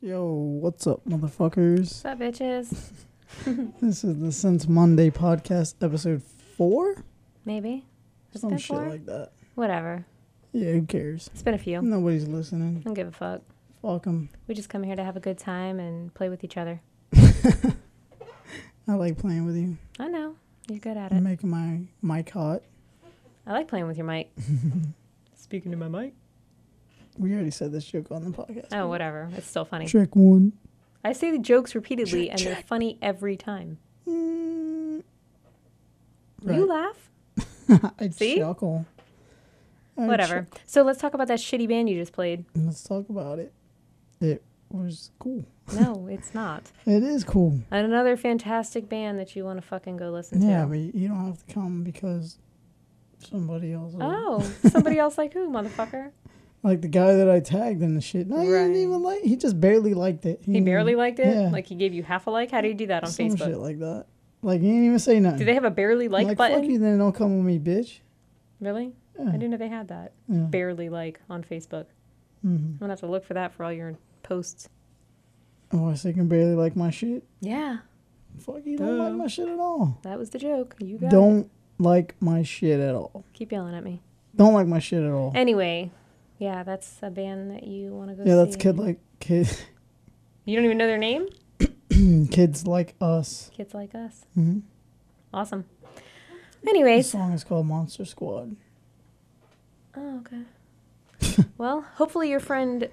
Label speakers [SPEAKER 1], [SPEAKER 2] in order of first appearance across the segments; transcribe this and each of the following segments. [SPEAKER 1] Yo, what's up, motherfuckers?
[SPEAKER 2] What's up, bitches?
[SPEAKER 1] This is the Since Monday podcast, episode four,
[SPEAKER 2] Maybe. It's
[SPEAKER 1] some
[SPEAKER 2] been
[SPEAKER 1] shit
[SPEAKER 2] four?
[SPEAKER 1] like that.
[SPEAKER 2] Whatever.
[SPEAKER 1] Yeah, who cares?
[SPEAKER 2] It's been a few. I
[SPEAKER 1] Nobody's listening.
[SPEAKER 2] don't give a fuck.
[SPEAKER 1] Fuck 'em.
[SPEAKER 2] We just come here to have a good time and play with each other.
[SPEAKER 1] I like playing with you.
[SPEAKER 2] I know. You're good at
[SPEAKER 1] I'm
[SPEAKER 2] it.
[SPEAKER 1] making my mic hot.
[SPEAKER 2] I like playing with your mic. Speaking to my mic?
[SPEAKER 1] We already said this joke on the podcast.
[SPEAKER 2] Oh, whatever. It's still funny.
[SPEAKER 1] Check one.
[SPEAKER 2] I say the jokes repeatedly
[SPEAKER 1] Check,
[SPEAKER 2] and they're
[SPEAKER 1] check.
[SPEAKER 2] funny every time.
[SPEAKER 1] Mm. Right.
[SPEAKER 2] You laugh?
[SPEAKER 1] I
[SPEAKER 2] See?
[SPEAKER 1] chuckle. I
[SPEAKER 2] Whatever. So let's talk about that shitty band you just played.
[SPEAKER 1] chuck- Let's talk about it. It was cool.
[SPEAKER 2] No, it's not.
[SPEAKER 1] It is cool.
[SPEAKER 2] Another fantastic band that you want to fucking go listen
[SPEAKER 1] Yeah,
[SPEAKER 2] to.
[SPEAKER 1] but you don't have to come because somebody else. will-
[SPEAKER 2] Oh, somebody else like who, motherfucker?
[SPEAKER 1] Like the guy that I tagged and the shit. No, he didn't
[SPEAKER 2] Right.
[SPEAKER 1] even like. He just barely liked it.
[SPEAKER 2] He barely liked it?
[SPEAKER 1] Yeah.
[SPEAKER 2] Like he gave you half a like? How do you do that on
[SPEAKER 1] some
[SPEAKER 2] Facebook?
[SPEAKER 1] shit like that. Like he didn't even say nothing.
[SPEAKER 2] Do they have a barely
[SPEAKER 1] I'm
[SPEAKER 2] like,
[SPEAKER 1] fuck
[SPEAKER 2] button?
[SPEAKER 1] you, then don't come with me, bitch.
[SPEAKER 2] Really? I
[SPEAKER 1] Yeah.
[SPEAKER 2] didn't know they had that.
[SPEAKER 1] yeah.
[SPEAKER 2] Barely like on Facebook.
[SPEAKER 1] hmm
[SPEAKER 2] I'm gonna have to look for that for all your posts.
[SPEAKER 1] Oh, I say can barely like my shit.
[SPEAKER 2] Yeah,
[SPEAKER 1] Fuck you, don't like
[SPEAKER 2] Duh.
[SPEAKER 1] my shit at all.
[SPEAKER 2] that was the joke. You got
[SPEAKER 1] Don't like my shit at all.
[SPEAKER 2] it. keep yelling at me.
[SPEAKER 1] Don't like my shit at all.
[SPEAKER 2] Anyway, yeah, that's a band that you want to go.
[SPEAKER 1] yeah, that's
[SPEAKER 2] see.
[SPEAKER 1] kid like kid.
[SPEAKER 2] You don't even know their name.
[SPEAKER 1] kids like us.
[SPEAKER 2] Kids like us.
[SPEAKER 1] Mm-hmm.
[SPEAKER 2] Awesome.
[SPEAKER 1] The
[SPEAKER 2] Anyways.
[SPEAKER 1] song is called Monster Squad.
[SPEAKER 2] Oh, okay. well, hopefully your friend,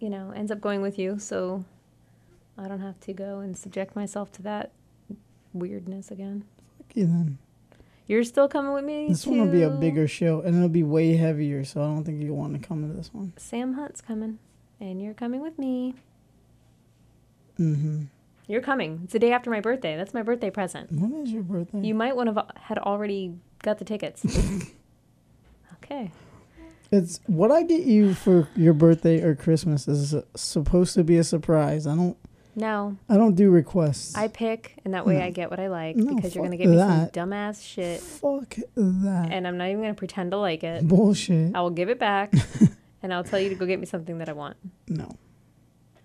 [SPEAKER 2] you know, ends up going with you, so I don't have to go and subject myself to that weirdness again.
[SPEAKER 1] Fuck you then.
[SPEAKER 2] You're still coming with me.
[SPEAKER 1] This one will be a
[SPEAKER 2] to-
[SPEAKER 1] bigger show, and it'll be way heavier. So I don't think you want to come to this one.
[SPEAKER 2] Sam Hunt's coming, and you're coming with me.
[SPEAKER 1] Mm-hmm.
[SPEAKER 2] You're coming. It's the day after my birthday. That's my birthday present.
[SPEAKER 1] When is your birthday?
[SPEAKER 2] You might want to have had already got the tickets. okay.
[SPEAKER 1] It's what I get you for your birthday or Christmas is supposed to be a surprise. I don't.
[SPEAKER 2] No,
[SPEAKER 1] I don't do requests.
[SPEAKER 2] I pick, and that way
[SPEAKER 1] No.
[SPEAKER 2] I get what I like
[SPEAKER 1] No,
[SPEAKER 2] because you're
[SPEAKER 1] fuck
[SPEAKER 2] gonna give me some
[SPEAKER 1] that.
[SPEAKER 2] dumbass shit,
[SPEAKER 1] Fuck that Mm-hmm.
[SPEAKER 2] and uh, I'm not even gonna pretend to like it.
[SPEAKER 1] bullshit.
[SPEAKER 2] I will give it back, and I'll tell you to go get me something that I want.
[SPEAKER 1] No,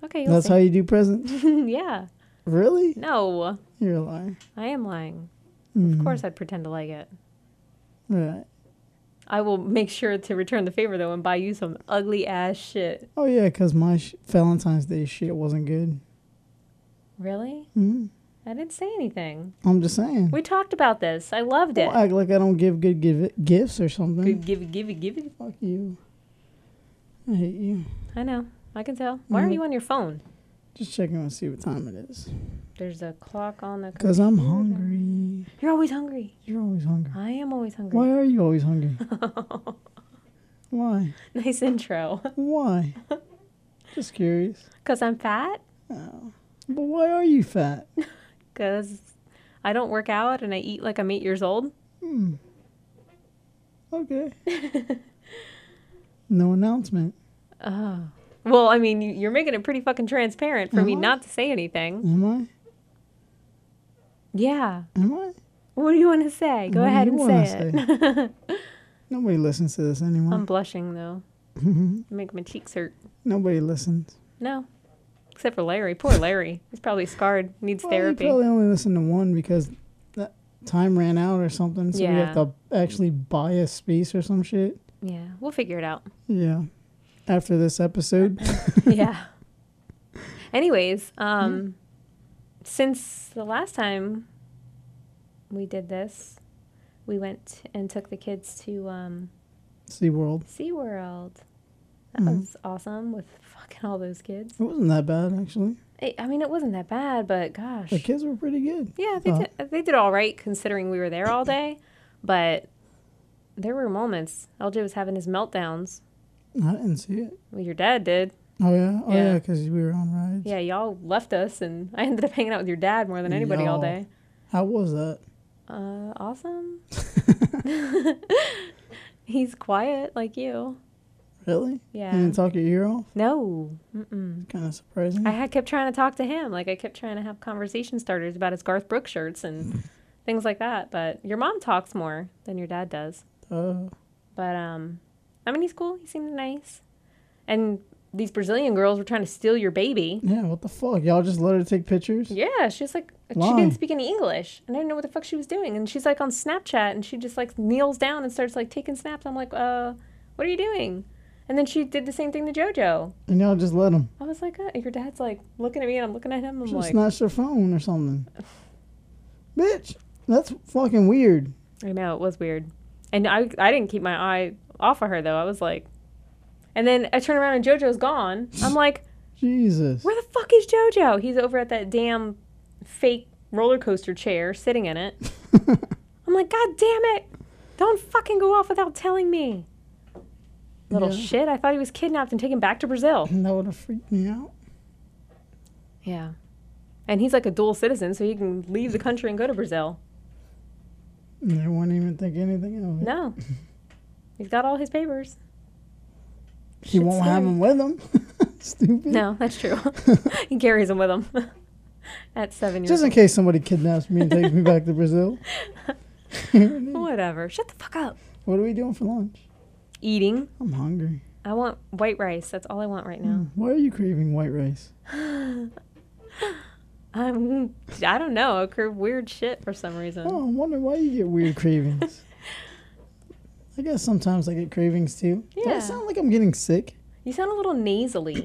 [SPEAKER 2] Okay. You'll
[SPEAKER 1] that's how
[SPEAKER 2] see.
[SPEAKER 1] you do presents.
[SPEAKER 2] yeah.
[SPEAKER 1] Really?
[SPEAKER 2] No,
[SPEAKER 1] You're a liar.
[SPEAKER 2] I am lying.
[SPEAKER 1] Mhm.
[SPEAKER 2] Of course, I'd pretend to like it.
[SPEAKER 1] Right.
[SPEAKER 2] I will make sure to return the favor though and buy you some ugly ass shit.
[SPEAKER 1] Oh yeah, cause my sh- Valentine's Day shit wasn't good.
[SPEAKER 2] Really?
[SPEAKER 1] hmm
[SPEAKER 2] I didn't say anything.
[SPEAKER 1] I'm just saying.
[SPEAKER 2] We talked about this. I loved it.
[SPEAKER 1] Don't act like I don't give good give- gifts or something.
[SPEAKER 2] Good give it, give it, give it.
[SPEAKER 1] Fuck you. I hate you.
[SPEAKER 2] I know. I can tell. Why are
[SPEAKER 1] Mhm.
[SPEAKER 2] you on your phone?
[SPEAKER 1] Just checking to see what time it is.
[SPEAKER 2] There's a clock on the.
[SPEAKER 1] Because I'm
[SPEAKER 2] computer.
[SPEAKER 1] hungry.
[SPEAKER 2] You're always hungry.
[SPEAKER 1] You're always hungry.
[SPEAKER 2] I am always hungry.
[SPEAKER 1] Why are you always hungry? Why?
[SPEAKER 2] nice intro.
[SPEAKER 1] Why? Just curious.
[SPEAKER 2] Cause I'm fat.
[SPEAKER 1] Oh. But why are you fat?
[SPEAKER 2] Cause I don't work out and I eat like I'm eight years old.
[SPEAKER 1] Hmm. Okay. no announcement.
[SPEAKER 2] Oh. Well, I mean, you- you're making it pretty fucking transparent for me
[SPEAKER 1] Am I?
[SPEAKER 2] not to say anything.
[SPEAKER 1] Am I?
[SPEAKER 2] Yeah.
[SPEAKER 1] Am I?
[SPEAKER 2] What do you want to say? Go
[SPEAKER 1] What do
[SPEAKER 2] ahead
[SPEAKER 1] you
[SPEAKER 2] and
[SPEAKER 1] wanna
[SPEAKER 2] say it.
[SPEAKER 1] Nobody listens to this
[SPEAKER 2] I'm
[SPEAKER 1] anymore.
[SPEAKER 2] blushing though.
[SPEAKER 1] Um.
[SPEAKER 2] Make my cheeks hurt.
[SPEAKER 1] Nobody listens.
[SPEAKER 2] No. Except for Larry. Poor Larry. He's probably scarred. Needs
[SPEAKER 1] Well,
[SPEAKER 2] therapy.
[SPEAKER 1] You probably only listen to one because that time ran out or something. So we have
[SPEAKER 2] Yeah.
[SPEAKER 1] to actually buy a space or some shit.
[SPEAKER 2] Yeah. We'll figure it out.
[SPEAKER 1] Yeah. After this episode,
[SPEAKER 2] yeah. Anyways, um
[SPEAKER 1] Hmm?
[SPEAKER 2] since the last time we did this, we went and took the kids to um
[SPEAKER 1] SeaWorld.
[SPEAKER 2] SeaWorld. That
[SPEAKER 1] Mhm.
[SPEAKER 2] was awesome with fucking all those kids.
[SPEAKER 1] It wasn't that bad actually.
[SPEAKER 2] I I mean, it wasn't that bad, but gosh.
[SPEAKER 1] The kids were pretty good.
[SPEAKER 2] Yeah, they
[SPEAKER 1] Uh,
[SPEAKER 2] did, they did all right considering we were there all day, but there were moments. LJ was having his meltdowns.
[SPEAKER 1] I didn't see it.
[SPEAKER 2] Well, your dad did.
[SPEAKER 1] Oh yeah, oh yeah,
[SPEAKER 2] Yeah.
[SPEAKER 1] because we were on rides.
[SPEAKER 2] Yeah, y'all left us, and I ended up hanging out with your dad more than anybody all
[SPEAKER 1] Y'all.
[SPEAKER 2] day.
[SPEAKER 1] How was that?
[SPEAKER 2] Uh, awesome. He's quiet like you.
[SPEAKER 1] Really?
[SPEAKER 2] Yeah.
[SPEAKER 1] You didn't talk your ear off.
[SPEAKER 2] No. Mm-mm.
[SPEAKER 1] Kind of surprising.
[SPEAKER 2] I had kept trying to talk to him. Like I kept trying to have conversation starters about his Garth Brooks shirts and things like that. But your mom talks more than your dad does.
[SPEAKER 1] uh,
[SPEAKER 2] But um, I mean, he's cool. He seemed nice, and these Brazilian girls were trying to steal your baby.
[SPEAKER 1] Yeah, what the fuck? Y'all just let her take pictures?
[SPEAKER 2] Yeah, she's like she
[SPEAKER 1] Why?
[SPEAKER 2] didn't speak any English, and I didn't know what the fuck she was doing. And she's like on Snapchat, and she just like kneels down and starts like taking snaps. I'm like, uh, what are you doing? And then she did the same thing to JoJo.
[SPEAKER 1] And y'all just let them.
[SPEAKER 2] I was like, uh, your dad's like looking at me, and I'm looking at him. I'm
[SPEAKER 1] She
[SPEAKER 2] like,
[SPEAKER 1] snatched her phone or something. Bitch, that's fucking weird.
[SPEAKER 2] I know it was weird, and I I didn't keep my eye off of her though. I was like, and then I turn around and JoJo's gone. I'm like,
[SPEAKER 1] Jesus.
[SPEAKER 2] where the fuck is JoJo? He's over at that damn fake roller coaster chair, sitting in it. I'm like, God damn it! Don't fucking go off without telling me. Little
[SPEAKER 1] Yeah.
[SPEAKER 2] shit. I thought he was kidnapped and taken back to Brazil.
[SPEAKER 1] that would have freaked me out.
[SPEAKER 2] Yeah. And he's like a dual citizen, so he can leave the country and go to Brazil.
[SPEAKER 1] And they wouldn't even think anything of it.
[SPEAKER 2] No. He's got all his papers.
[SPEAKER 1] She
[SPEAKER 2] Shit's
[SPEAKER 1] won't have
[SPEAKER 2] scary.
[SPEAKER 1] him with him. Stupid.
[SPEAKER 2] No, that's true. he carries them with him at seven years
[SPEAKER 1] Just in case somebody kidnaps me and takes me back to Brazil.
[SPEAKER 2] old. Whatever. Shut the fuck up.
[SPEAKER 1] What are we doing for lunch?
[SPEAKER 2] Eating.
[SPEAKER 1] I'm hungry.
[SPEAKER 2] I want white rice. That's all I want right now.
[SPEAKER 1] Why are you craving white rice? Hmm.
[SPEAKER 2] I'm, Um, I don't know. I crave weird shit for some reason.
[SPEAKER 1] Oh, I'm wondering why you get weird cravings. I guess sometimes I get cravings too. Do I
[SPEAKER 2] Yeah.
[SPEAKER 1] sound like I'm getting sick?
[SPEAKER 2] You sound a little nasally.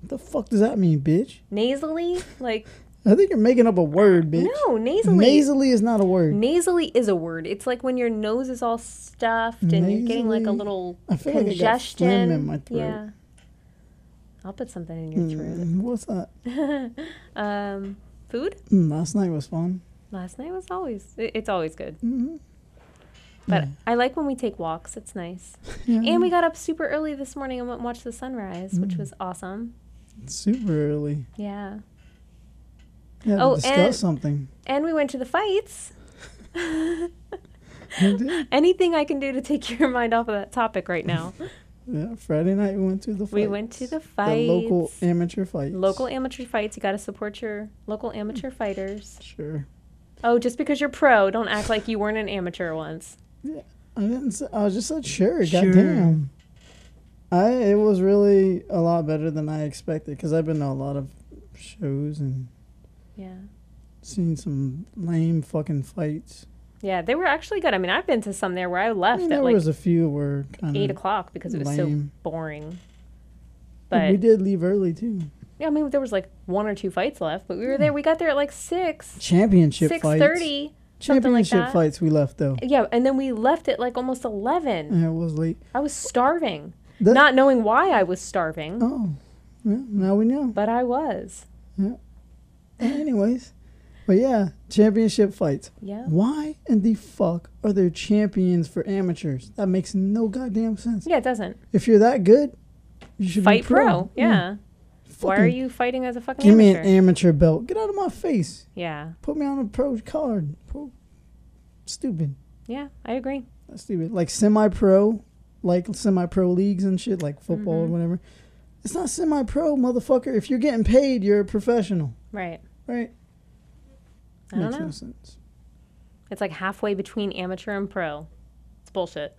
[SPEAKER 1] What the fuck does that mean, bitch?
[SPEAKER 2] nasally? Like,
[SPEAKER 1] I think you're making up a word, bitch.
[SPEAKER 2] no, nasally.
[SPEAKER 1] Nasally is not a word.
[SPEAKER 2] nasally is a word. It's like when your nose is all stuffed and you're getting like a
[SPEAKER 1] Nasally.
[SPEAKER 2] little
[SPEAKER 1] I feel like I got phlegm
[SPEAKER 2] congestion.
[SPEAKER 1] in my throat.
[SPEAKER 2] Yeah. I'll put something in your throat.
[SPEAKER 1] Mm, what's that?
[SPEAKER 2] Um, food?
[SPEAKER 1] Mm, last night was fun.
[SPEAKER 2] Last night was always, it- it's always good.
[SPEAKER 1] hmm
[SPEAKER 2] But I like when we take walks. It's nice.
[SPEAKER 1] Yeah,
[SPEAKER 2] And we got up super early this morning and went and watched the sunrise, which
[SPEAKER 1] Mm.
[SPEAKER 2] was awesome.
[SPEAKER 1] it's super early.
[SPEAKER 2] Yeah.
[SPEAKER 1] Yeah,
[SPEAKER 2] Oh,
[SPEAKER 1] to discuss
[SPEAKER 2] and-
[SPEAKER 1] something.
[SPEAKER 2] And we went to the fights.
[SPEAKER 1] We did.
[SPEAKER 2] Anything I can do to take your mind off of that topic right now.
[SPEAKER 1] Yeah, Friday night we went to the fights.
[SPEAKER 2] we went to the
[SPEAKER 1] the
[SPEAKER 2] fights.
[SPEAKER 1] local amateur fights.
[SPEAKER 2] Local amateur fights. You got to support your local amateur fighters.
[SPEAKER 1] Sure.
[SPEAKER 2] Oh, just because you're pro, don't act like you weren't an amateur once.
[SPEAKER 1] I didn't. Say, I just said sure.
[SPEAKER 2] Sure.
[SPEAKER 1] Goddamn. I it was really a lot better than I expected because I've been to a lot of shows and
[SPEAKER 2] Yeah.
[SPEAKER 1] seen some lame fucking fights.
[SPEAKER 2] Yeah, they were actually good. I mean, I've been to some there where I
[SPEAKER 1] I
[SPEAKER 2] left
[SPEAKER 1] mean,
[SPEAKER 2] at
[SPEAKER 1] there
[SPEAKER 2] like
[SPEAKER 1] was a few were kind
[SPEAKER 2] eight
[SPEAKER 1] of.
[SPEAKER 2] o'clock because it was
[SPEAKER 1] lame.
[SPEAKER 2] so boring.
[SPEAKER 1] But we
[SPEAKER 2] But
[SPEAKER 1] did leave early too.
[SPEAKER 2] yeah, I mean, there was like one or two fights left, but we were there. We got there at like six,
[SPEAKER 1] Championship
[SPEAKER 2] six
[SPEAKER 1] fights.
[SPEAKER 2] thirty. something like
[SPEAKER 1] Championship
[SPEAKER 2] that.
[SPEAKER 1] fights. We left though.
[SPEAKER 2] Yeah, and then we left at like almost eleven.
[SPEAKER 1] Yeah, it was late.
[SPEAKER 2] I was starving,
[SPEAKER 1] That-
[SPEAKER 2] not knowing why I was starving,
[SPEAKER 1] Oh, yeah, now we know.
[SPEAKER 2] but I was.
[SPEAKER 1] Anyways, but yeah, championship fights.
[SPEAKER 2] Yeah,
[SPEAKER 1] Why in the fuck are there champions for amateurs? That makes no goddamn sense.
[SPEAKER 2] yeah, it doesn't
[SPEAKER 1] If you're that good, you should
[SPEAKER 2] fight
[SPEAKER 1] be
[SPEAKER 2] pro.
[SPEAKER 1] pro. Mm.
[SPEAKER 2] Yeah. Why are
[SPEAKER 1] Fucking
[SPEAKER 2] you fighting as a fucking
[SPEAKER 1] Give me
[SPEAKER 2] amateur?
[SPEAKER 1] an amateur belt. Get out of my face.
[SPEAKER 2] yeah,
[SPEAKER 1] Put me on a pro card. Pro. Stupid.
[SPEAKER 2] yeah, I agree.
[SPEAKER 1] That's stupid. Like semi-pro, like semi-pro leagues and shit, like football
[SPEAKER 2] Mhm.
[SPEAKER 1] or whatever. It's not semi-pro, motherfucker. If you're getting paid, you're a professional,
[SPEAKER 2] Right.
[SPEAKER 1] right?
[SPEAKER 2] I don't
[SPEAKER 1] Makes
[SPEAKER 2] know.
[SPEAKER 1] no sense.
[SPEAKER 2] It's like halfway between amateur and pro. It's bullshit.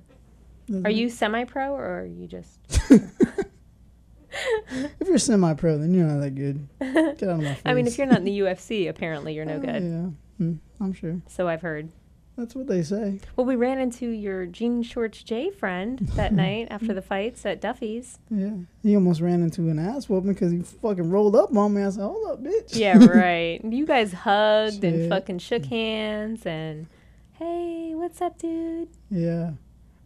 [SPEAKER 2] Are
[SPEAKER 1] Mm-hmm.
[SPEAKER 2] you semi-pro or are you just?
[SPEAKER 1] If you're semi-pro, then you're not that good. Get out of my face.
[SPEAKER 2] I mean, if you're not in the UFC, apparently you're no
[SPEAKER 1] Oh,
[SPEAKER 2] good.
[SPEAKER 1] Yeah, Mm, I'm sure.
[SPEAKER 2] So I've heard.
[SPEAKER 1] That's what they say.
[SPEAKER 2] Well, we ran into your Jean Shorts J friend that night after the fights at Duffy's.
[SPEAKER 1] Yeah, he almost ran into an ass whooping because he fucking rolled up on me. I said, "Hold up, bitch."
[SPEAKER 2] Yeah, right. you guys hugged and
[SPEAKER 1] Shit.
[SPEAKER 2] fucking shook hands and, hey, what's up, dude?
[SPEAKER 1] Yeah.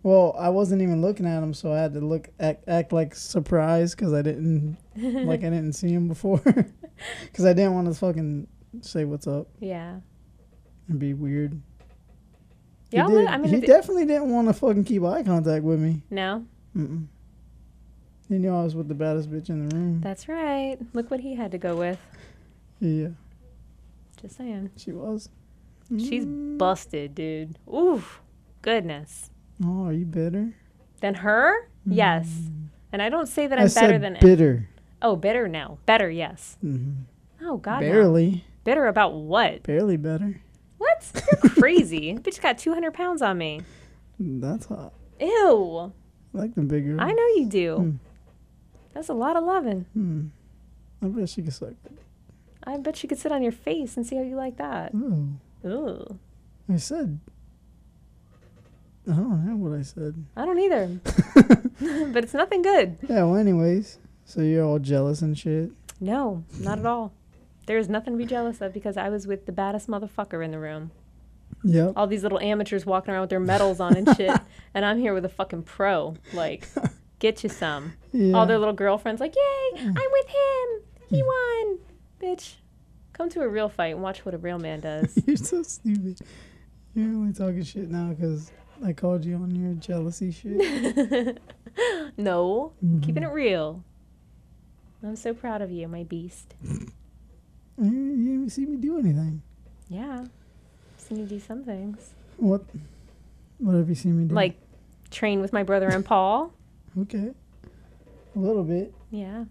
[SPEAKER 1] Well, I wasn't even looking at him, so I had to look act, act like surprised because I didn't like I didn't see him before because I didn't want to fucking say what's up
[SPEAKER 2] Yeah.
[SPEAKER 1] and be weird. He
[SPEAKER 2] Y'all,
[SPEAKER 1] did-
[SPEAKER 2] look, I mean,
[SPEAKER 1] he
[SPEAKER 2] if it-
[SPEAKER 1] definitely didn't want to fucking keep eye contact with me.
[SPEAKER 2] no,
[SPEAKER 1] Mm-mm. He knew I was with the baddest bitch in the room.
[SPEAKER 2] that's right. Look what he had to go with.
[SPEAKER 1] yeah,
[SPEAKER 2] Just saying.
[SPEAKER 1] she was.
[SPEAKER 2] She's
[SPEAKER 1] Mm.
[SPEAKER 2] busted, dude. Oof, goodness.
[SPEAKER 1] Oh, are you bitter?
[SPEAKER 2] Than her? Yes. And I don't say that I'm
[SPEAKER 1] Mm. I
[SPEAKER 2] better
[SPEAKER 1] said
[SPEAKER 2] than.
[SPEAKER 1] bitter.
[SPEAKER 2] oh, bitter now. Better, yes.
[SPEAKER 1] Mhm.
[SPEAKER 2] Oh God, no.
[SPEAKER 1] barely,
[SPEAKER 2] Bitter about what?
[SPEAKER 1] barely better.
[SPEAKER 2] What? You're crazy. Bitch got 200 pounds on me.
[SPEAKER 1] That's hot.
[SPEAKER 2] Ew.
[SPEAKER 1] I like the bigger.
[SPEAKER 2] I know you do. That's a lot of loving.
[SPEAKER 1] Hmm. I bet she could suck.
[SPEAKER 2] I bet you could sit on your face and see how you like that.
[SPEAKER 1] Ooh.
[SPEAKER 2] Ooh.
[SPEAKER 1] Oh, I said. I don't know what I said.
[SPEAKER 2] I don't either. but it's nothing good.
[SPEAKER 1] Yeah, well, anyways. So you're all jealous and shit.
[SPEAKER 2] No, not at all. There's nothing to be jealous of because I was with the baddest motherfucker in the room.
[SPEAKER 1] Yep.
[SPEAKER 2] All these little amateurs walking around with their medals on and shit, and I'm here with a fucking pro. Like, get you some.
[SPEAKER 1] Yeah.
[SPEAKER 2] All their little girlfriends, like, yay, I'm with him. He won. Bitch, come to a real fight and watch what a real man does.
[SPEAKER 1] You're so stupid. You're only talking shit now because I called you on your jealousy shit. Mm-hmm.
[SPEAKER 2] no, keeping it real. I'm so proud of you, my beast.
[SPEAKER 1] you, you didn't even see me do anything.
[SPEAKER 2] Yeah, seen you do some things,
[SPEAKER 1] What? What have you seen me do?
[SPEAKER 2] like train with my brother and Paul.
[SPEAKER 1] Okay. A little bit.
[SPEAKER 2] Yeah.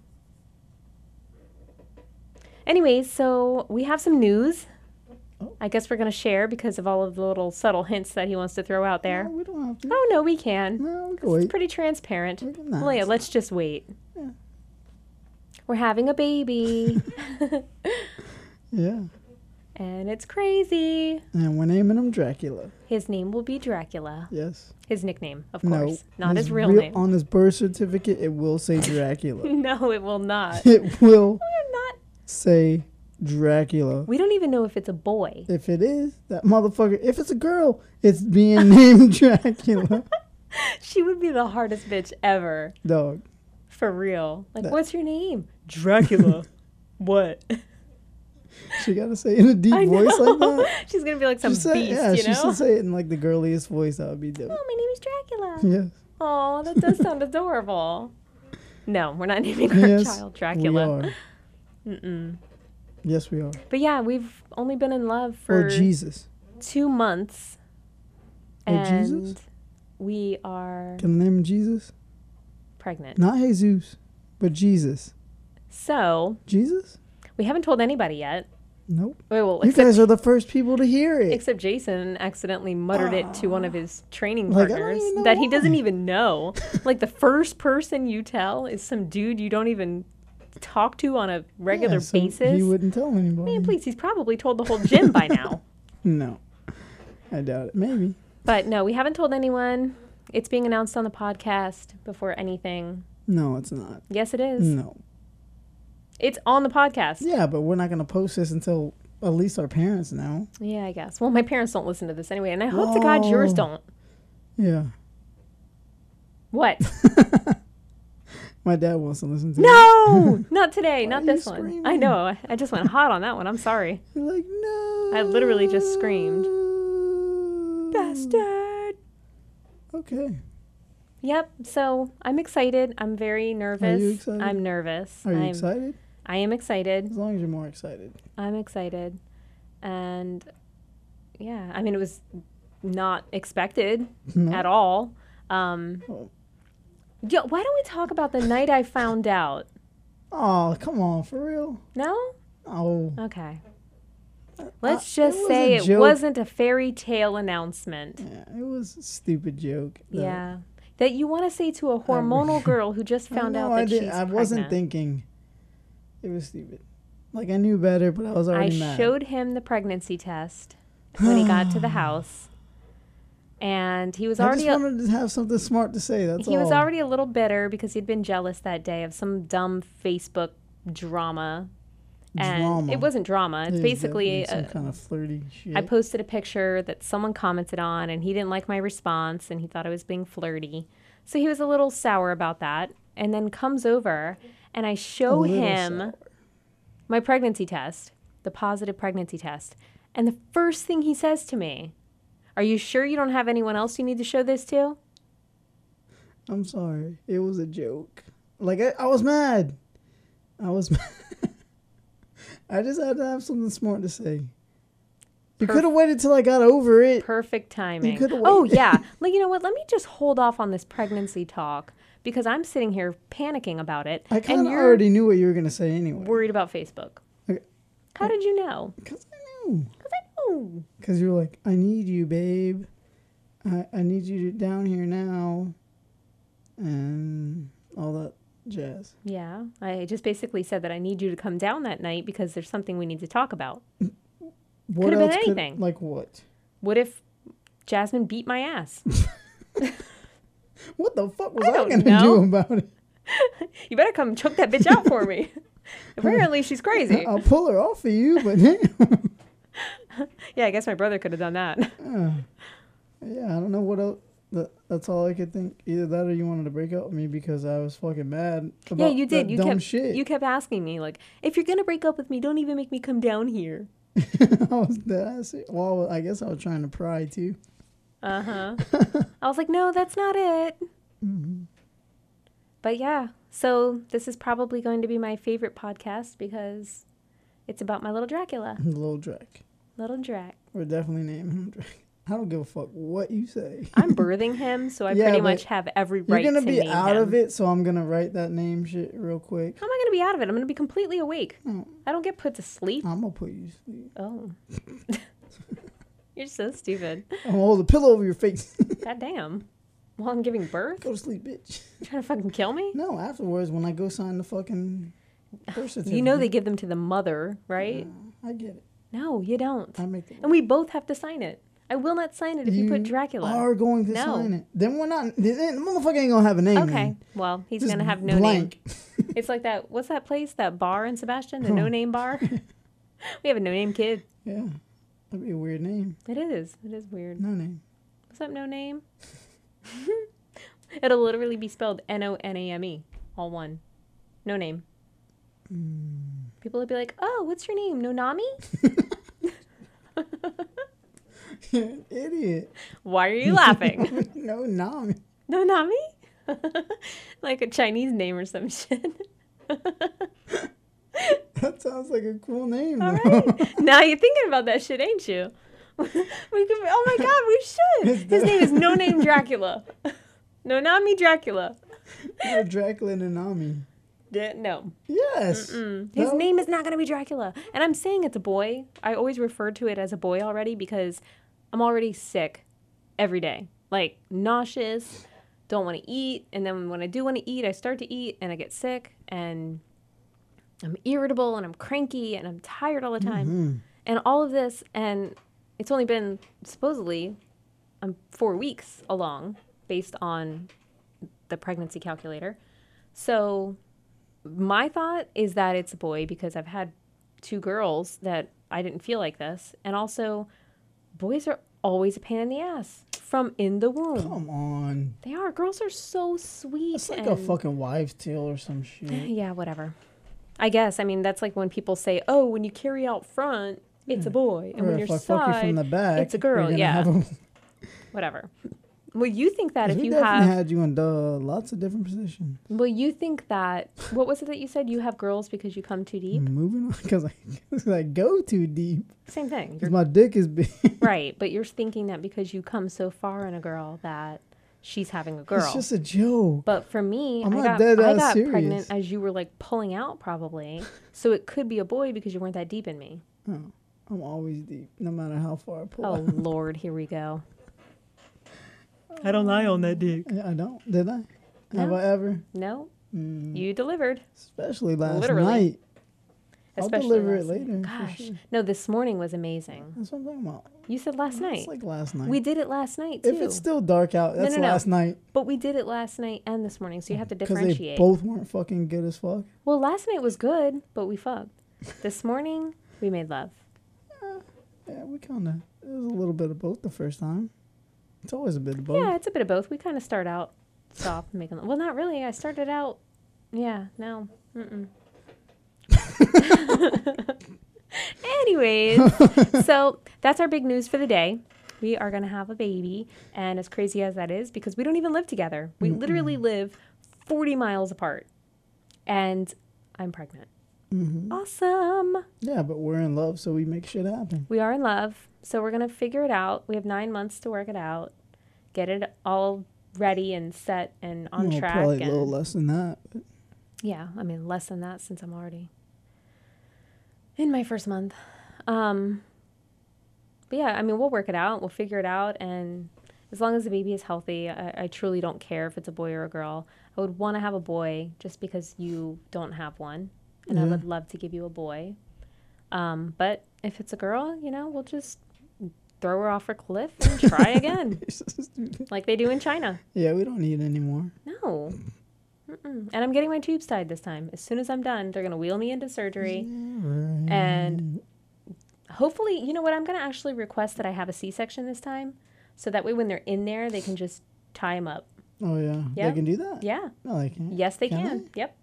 [SPEAKER 2] Anyways, so we have some news.
[SPEAKER 1] Oh.
[SPEAKER 2] I guess we're gonna share because of all of the little subtle hints that he wants to throw out there.
[SPEAKER 1] No, we don't have to.
[SPEAKER 2] Oh no, we can.
[SPEAKER 1] No, we can
[SPEAKER 2] 'cause It's
[SPEAKER 1] wait.
[SPEAKER 2] pretty transparent.
[SPEAKER 1] We can not.
[SPEAKER 2] Leah, let's just wait.
[SPEAKER 1] Yeah.
[SPEAKER 2] We're having a baby,
[SPEAKER 1] Yeah.
[SPEAKER 2] and it's crazy.
[SPEAKER 1] And we're naming him Dracula.
[SPEAKER 2] His name will be Dracula.
[SPEAKER 1] Yes.
[SPEAKER 2] His nickname, of
[SPEAKER 1] no.
[SPEAKER 2] course, not his, real, name.
[SPEAKER 1] On his birth certificate, it will say Dracula.
[SPEAKER 2] no, it will not.
[SPEAKER 1] it will
[SPEAKER 2] We're not.
[SPEAKER 1] say Dracula.
[SPEAKER 2] We don't even know if it's a boy.
[SPEAKER 1] If it is, that motherfucker, if it's a girl, it's being named Dracula.
[SPEAKER 2] She would be the hardest bitch ever.
[SPEAKER 1] Dog.
[SPEAKER 2] For real. Like,
[SPEAKER 1] That-
[SPEAKER 2] what's your name? Dracula. what?
[SPEAKER 1] She got to say it in a deep
[SPEAKER 2] I know.
[SPEAKER 1] voice like that.
[SPEAKER 2] She's going to be like some
[SPEAKER 1] she said,
[SPEAKER 2] beast,
[SPEAKER 1] yeah,
[SPEAKER 2] you
[SPEAKER 1] she
[SPEAKER 2] know?
[SPEAKER 1] should say it in like the girliest voice. That would be dope.
[SPEAKER 2] oh, my name is Dracula.
[SPEAKER 1] Yes.
[SPEAKER 2] Oh, that does sound adorable. No, we're not naming our
[SPEAKER 1] Yes.
[SPEAKER 2] child Dracula.
[SPEAKER 1] We are.
[SPEAKER 2] Mm-mm.
[SPEAKER 1] Yes, we are.
[SPEAKER 2] But yeah, we've only been in love
[SPEAKER 1] Or
[SPEAKER 2] for
[SPEAKER 1] Oh, Jesus.
[SPEAKER 2] two months.
[SPEAKER 1] Oh,
[SPEAKER 2] and
[SPEAKER 1] Jesus?
[SPEAKER 2] we are
[SPEAKER 1] Can I name him Jesus?
[SPEAKER 2] pregnant.
[SPEAKER 1] Not Jesus, but Jesus.
[SPEAKER 2] So
[SPEAKER 1] Jesus?
[SPEAKER 2] we haven't told anybody yet.
[SPEAKER 1] Nope.
[SPEAKER 2] Wait, well,
[SPEAKER 1] You
[SPEAKER 2] except,
[SPEAKER 1] guys are the first people to hear it.
[SPEAKER 2] except Jason accidentally muttered it to one of his training
[SPEAKER 1] Like, I don't
[SPEAKER 2] partners
[SPEAKER 1] even know
[SPEAKER 2] that he doesn't
[SPEAKER 1] why.
[SPEAKER 2] even know. like the first person you tell is some dude you don't even talk to on a regular
[SPEAKER 1] Yeah, so
[SPEAKER 2] basis.
[SPEAKER 1] He wouldn't tell anybody.
[SPEAKER 2] Man, please, he's probably told the whole gym by now.
[SPEAKER 1] No. I doubt it. Maybe.
[SPEAKER 2] But no, we haven't told anyone. It's being announced on the podcast before anything.
[SPEAKER 1] No, it's not.
[SPEAKER 2] Yes, it is.
[SPEAKER 1] No.
[SPEAKER 2] It's on the podcast.
[SPEAKER 1] Mm. Yeah, but we're not going to post this until at least our parents know.
[SPEAKER 2] Yeah, I guess. Well, my parents don't listen to this anyway, and I hope to God yours
[SPEAKER 1] Whoa.
[SPEAKER 2] don't.
[SPEAKER 1] Yeah.
[SPEAKER 2] What?
[SPEAKER 1] My dad wants to listen to it.
[SPEAKER 2] No, not today, not
[SPEAKER 1] are
[SPEAKER 2] this
[SPEAKER 1] you
[SPEAKER 2] one. I
[SPEAKER 1] screaming?
[SPEAKER 2] know. I- I just went hot on that one. I'm sorry.
[SPEAKER 1] He's like, no.
[SPEAKER 2] I literally just screamed.
[SPEAKER 1] Bastard.
[SPEAKER 2] Bastard.
[SPEAKER 1] Okay.
[SPEAKER 2] Yep. So I'm excited. I'm very nervous.
[SPEAKER 1] excited?
[SPEAKER 2] I'm nervous.
[SPEAKER 1] Are you
[SPEAKER 2] I'm,
[SPEAKER 1] excited?
[SPEAKER 2] I am excited.
[SPEAKER 1] As long as you're more excited.
[SPEAKER 2] I'm excited. And yeah, I mean, it was not expected
[SPEAKER 1] No.
[SPEAKER 2] at all. Um,
[SPEAKER 1] Oh.
[SPEAKER 2] yo, why don't we talk about the night I found out?
[SPEAKER 1] Oh, come on, for real?
[SPEAKER 2] No?
[SPEAKER 1] Oh.
[SPEAKER 2] Okay.
[SPEAKER 1] Uh, it
[SPEAKER 2] Let's just
[SPEAKER 1] was a
[SPEAKER 2] say it
[SPEAKER 1] joke.
[SPEAKER 2] wasn't a fairy tale announcement.
[SPEAKER 1] Yeah, it was a stupid joke. that-
[SPEAKER 2] Yeah. That you want to say to a hormonal girl who just
[SPEAKER 1] I
[SPEAKER 2] found out
[SPEAKER 1] know
[SPEAKER 2] that
[SPEAKER 1] I did.
[SPEAKER 2] she's
[SPEAKER 1] I wasn't
[SPEAKER 2] pregnant.
[SPEAKER 1] thinking. It was stupid. Like I knew better, but I was
[SPEAKER 2] I
[SPEAKER 1] already mad.
[SPEAKER 2] showed him the pregnancy test when he got to the house, and he was
[SPEAKER 1] I
[SPEAKER 2] already
[SPEAKER 1] just
[SPEAKER 2] a,
[SPEAKER 1] wanted to have something smart to say. That's
[SPEAKER 2] he
[SPEAKER 1] all.
[SPEAKER 2] was already a little bitter because he'd been jealous that day of some dumb Facebook drama, and
[SPEAKER 1] Drama.
[SPEAKER 2] it wasn't drama. It's
[SPEAKER 1] It was
[SPEAKER 2] basically
[SPEAKER 1] definitely some
[SPEAKER 2] a-
[SPEAKER 1] kind of flirty shit.
[SPEAKER 2] I posted a picture that someone commented on, and he didn't like my response, and he thought I was being flirty. So he was a little sour about that, and then comes over, and I
[SPEAKER 1] A
[SPEAKER 2] show
[SPEAKER 1] little
[SPEAKER 2] him
[SPEAKER 1] sour.
[SPEAKER 2] my pregnancy test, the positive pregnancy test. And the first thing he says to me, Are you sure you don't have anyone else you need to show this to?
[SPEAKER 1] I'm sorry. It was a joke. Like I, I was mad. I was. mad. I just had to have something smart to say. You
[SPEAKER 2] Perf-
[SPEAKER 1] could have waited till I got over it.
[SPEAKER 2] Perfect timing.
[SPEAKER 1] could've
[SPEAKER 2] Oh,
[SPEAKER 1] waited.
[SPEAKER 2] yeah. Like, you know what? Let me just hold off on this pregnancy talk because I'm sitting here panicking about it.
[SPEAKER 1] I kind
[SPEAKER 2] and
[SPEAKER 1] of
[SPEAKER 2] you're
[SPEAKER 1] already knew what you were gonna say anyway.
[SPEAKER 2] worried about Facebook.
[SPEAKER 1] Okay.
[SPEAKER 2] How did you know?
[SPEAKER 1] Cause I knew.
[SPEAKER 2] 'Cause I know.
[SPEAKER 1] Because you were like, I need you, babe. I, I need you down here now. And all that Jazz.
[SPEAKER 2] Yeah. I just basically said that I need you to come down that night because there's something we need to talk about.
[SPEAKER 1] What
[SPEAKER 2] Could've been
[SPEAKER 1] else
[SPEAKER 2] anything.
[SPEAKER 1] like what?
[SPEAKER 2] What if Jasmine beat my ass?
[SPEAKER 1] What the fuck was
[SPEAKER 2] I
[SPEAKER 1] I,
[SPEAKER 2] don't
[SPEAKER 1] gonna
[SPEAKER 2] know.
[SPEAKER 1] do about it?
[SPEAKER 2] you better come choke that bitch out for me. Apparently, she's crazy.
[SPEAKER 1] I'll pull her off of you, but damn.
[SPEAKER 2] Yeah, I guess my brother could have done that.
[SPEAKER 1] Uh, yeah, I don't know what else. That, that's all I could think. Either that, or you wanted to break up with me because I was fucking mad about
[SPEAKER 2] yeah, you did.
[SPEAKER 1] that
[SPEAKER 2] You
[SPEAKER 1] dumb
[SPEAKER 2] kept
[SPEAKER 1] shit.
[SPEAKER 2] you kept asking me like, if you're gonna break up with me, don't even make me come down here.
[SPEAKER 1] I was did I see- Well, I guess I was trying to pry too.
[SPEAKER 2] Uh huh. I was like, no, that's not it.
[SPEAKER 1] Mm-hmm.
[SPEAKER 2] But yeah, so this is probably going to be my favorite podcast because it's about my little Dracula,
[SPEAKER 1] Little Drake.
[SPEAKER 2] little Drac.
[SPEAKER 1] We're definitely naming him Drake. I don't give a fuck what you say.
[SPEAKER 2] I'm birthing him, so I
[SPEAKER 1] Yeah,
[SPEAKER 2] pretty
[SPEAKER 1] but
[SPEAKER 2] much have every right.
[SPEAKER 1] You're gonna
[SPEAKER 2] to
[SPEAKER 1] be
[SPEAKER 2] name
[SPEAKER 1] out
[SPEAKER 2] him.
[SPEAKER 1] of it, so I'm gonna write that name shit real quick.
[SPEAKER 2] How am I gonna be out of it? I'm gonna be completely awake.
[SPEAKER 1] Mm.
[SPEAKER 2] I don't get put to sleep.
[SPEAKER 1] I'm gonna put you to sleep.
[SPEAKER 2] Oh. You're so stupid.
[SPEAKER 1] I'm gonna hold a pillow over your face.
[SPEAKER 2] God damn. While I'm giving birth?
[SPEAKER 1] go to sleep, bitch.
[SPEAKER 2] You trying to fucking kill me?
[SPEAKER 1] No, afterwards when I go sign the fucking birth certificate.
[SPEAKER 2] You know they give them to the mother, right?
[SPEAKER 1] I get it.
[SPEAKER 2] No, you don't.
[SPEAKER 1] I make the
[SPEAKER 2] And we both have to sign it. I will not sign it if you, put Dracula.
[SPEAKER 1] Are going to
[SPEAKER 2] No.
[SPEAKER 1] sign it? Then we're not. Then the motherfucker ain't gonna have a name.
[SPEAKER 2] okay.
[SPEAKER 1] then.
[SPEAKER 2] Well, he's
[SPEAKER 1] Just
[SPEAKER 2] gonna have no
[SPEAKER 1] blank.
[SPEAKER 2] name. It's like that what's that place? That bar in Sebastian? The
[SPEAKER 1] Hmm.
[SPEAKER 2] no name bar? we have a no name kid.
[SPEAKER 1] Yeah, that'd be a weird name.
[SPEAKER 2] It is. It is weird.
[SPEAKER 1] No name.
[SPEAKER 2] What's up, no name? It'll literally be spelled N O N A M E. All one. No name. People would be like, Oh, what's your name? No Nami?
[SPEAKER 1] Idiot.
[SPEAKER 2] Why are you laughing?
[SPEAKER 1] no nom.
[SPEAKER 2] No Nami? like a Chinese name or some shit.
[SPEAKER 1] That sounds like a cool name.
[SPEAKER 2] All
[SPEAKER 1] though.
[SPEAKER 2] right. now you're thinking about that shit, ain't you? we could, oh my god, we should. His name is No Name Dracula. No Nami Dracula.
[SPEAKER 1] Or Dracula and Nami.
[SPEAKER 2] D- no.
[SPEAKER 1] Yes.
[SPEAKER 2] Mm. His
[SPEAKER 1] No.
[SPEAKER 2] name is not going to be Dracula. And I'm saying it's a boy. I always refer to it as a boy already because I'm already sick every day. Like nauseous, don't want to eat, and then when I do want to eat, I start to eat and I get sick and I'm irritable and I'm cranky and I'm tired all the time. And all of this and it's only been supposedly um, 4 weeks along based on the pregnancy calculator. So my thought is that it's a boy because I've had two girls that I didn't feel like this. And also, boys are always a pain in the ass from in the womb.
[SPEAKER 1] Come on.
[SPEAKER 2] They are. Girls are so sweet.
[SPEAKER 1] It's like a
[SPEAKER 2] and-
[SPEAKER 1] fucking wives' tale or some shit.
[SPEAKER 2] Yeah, whatever. I guess. I mean, that's like when people say, oh, when you carry out front, it's a boy. And
[SPEAKER 1] Or
[SPEAKER 2] when
[SPEAKER 1] if
[SPEAKER 2] you're
[SPEAKER 1] I fuck you
[SPEAKER 2] side,
[SPEAKER 1] from the back,
[SPEAKER 2] it's a
[SPEAKER 1] you're
[SPEAKER 2] girl,
[SPEAKER 1] gonna
[SPEAKER 2] yeah.
[SPEAKER 1] have a-
[SPEAKER 2] whatever. Well, you think that if
[SPEAKER 1] we
[SPEAKER 2] you
[SPEAKER 1] definitely
[SPEAKER 2] have.
[SPEAKER 1] had you in uh, lots of different positions.
[SPEAKER 2] well, you think that. What was it that you said? You have girls because you come too deep?
[SPEAKER 1] Moving on, because I, 'cause I go too deep.
[SPEAKER 2] Same thing.
[SPEAKER 1] Because
[SPEAKER 2] You're
[SPEAKER 1] my dick is big.
[SPEAKER 2] Right, but you're thinking that because you come so far in a girl that she's having a girl.
[SPEAKER 1] It's just a joke.
[SPEAKER 2] but for me, i
[SPEAKER 1] I'm not
[SPEAKER 2] got,
[SPEAKER 1] dead
[SPEAKER 2] I
[SPEAKER 1] ass
[SPEAKER 2] got
[SPEAKER 1] serious.
[SPEAKER 2] pregnant as you were like pulling out, probably. so it could be a boy because you weren't that deep in me.
[SPEAKER 1] Oh, I'm always deep, no matter how far I pull.
[SPEAKER 2] Oh
[SPEAKER 1] out.
[SPEAKER 2] Lord, here we go.
[SPEAKER 3] I don't lie on that dick.
[SPEAKER 1] Yeah, I don't. Did I? Have
[SPEAKER 2] No.
[SPEAKER 1] I ever?
[SPEAKER 2] No,
[SPEAKER 1] Mm.
[SPEAKER 2] you delivered.
[SPEAKER 1] Especially last
[SPEAKER 2] Literally.
[SPEAKER 1] night.
[SPEAKER 2] Especially
[SPEAKER 1] I'll deliver it
[SPEAKER 2] last night.
[SPEAKER 1] later. for
[SPEAKER 2] Gosh,
[SPEAKER 1] sure.
[SPEAKER 2] no, this morning was amazing.
[SPEAKER 1] That's what I'm talking about.
[SPEAKER 2] You said last night.
[SPEAKER 1] It's like last night.
[SPEAKER 2] we did it last night too.
[SPEAKER 1] if it's still dark out, that's
[SPEAKER 2] no, no.
[SPEAKER 1] last night.
[SPEAKER 2] but we did it last night and this morning, so you have to
[SPEAKER 1] Because
[SPEAKER 2] differentiate.
[SPEAKER 1] they both weren't fucking good as fuck.
[SPEAKER 2] Well, last night was good, but we fucked. This morning, we made love.
[SPEAKER 1] Yeah, we kind of. It was a little bit of both the first time. It's always a bit of both.
[SPEAKER 2] Yeah, it's a bit of both. We kind of start out soft, making love. Well, not really. I started out, yeah, no. Mm-mm. Anyways, so that's our big news for the day. We are going to have a baby. And as crazy as that is, because we don't even live together, we literally live 40 miles apart. And I'm pregnant. Awesome.
[SPEAKER 1] Mm-hmm. Yeah. but we're in love, so we make shit happen.
[SPEAKER 2] We are in love, so we're gonna figure it out. We have nine months to work it out, get it all ready and set and on
[SPEAKER 1] Well,
[SPEAKER 2] track.
[SPEAKER 1] Probably a
[SPEAKER 2] and,
[SPEAKER 1] little less than that. but
[SPEAKER 2] Yeah, I mean less than that since I'm already in my first month. Um, but yeah, I mean we'll work it out. We'll figure it out, and as long as the baby is healthy, I, I truly don't care if it's a boy or a girl. I would want to have a boy just because you don't have one, and I
[SPEAKER 1] Yeah.
[SPEAKER 2] would love to give you a boy. Um, but if it's a girl, you know, we'll just throw her off a cliff and try again, like they do in China.
[SPEAKER 1] yeah, we don't need any more.
[SPEAKER 2] No. Mm-mm. And I'm getting my tubes tied this time. As soon as I'm done, they're going to wheel me into surgery. And hopefully, you know what? I'm going to actually request that I have a C section this time. So that way, when they're in there, they can just tie them up.
[SPEAKER 1] Oh yeah,
[SPEAKER 2] Yeah.
[SPEAKER 1] they can do that.
[SPEAKER 2] Yeah.
[SPEAKER 1] No, they can't.
[SPEAKER 2] Yes, they
[SPEAKER 1] Can
[SPEAKER 2] can. Yep.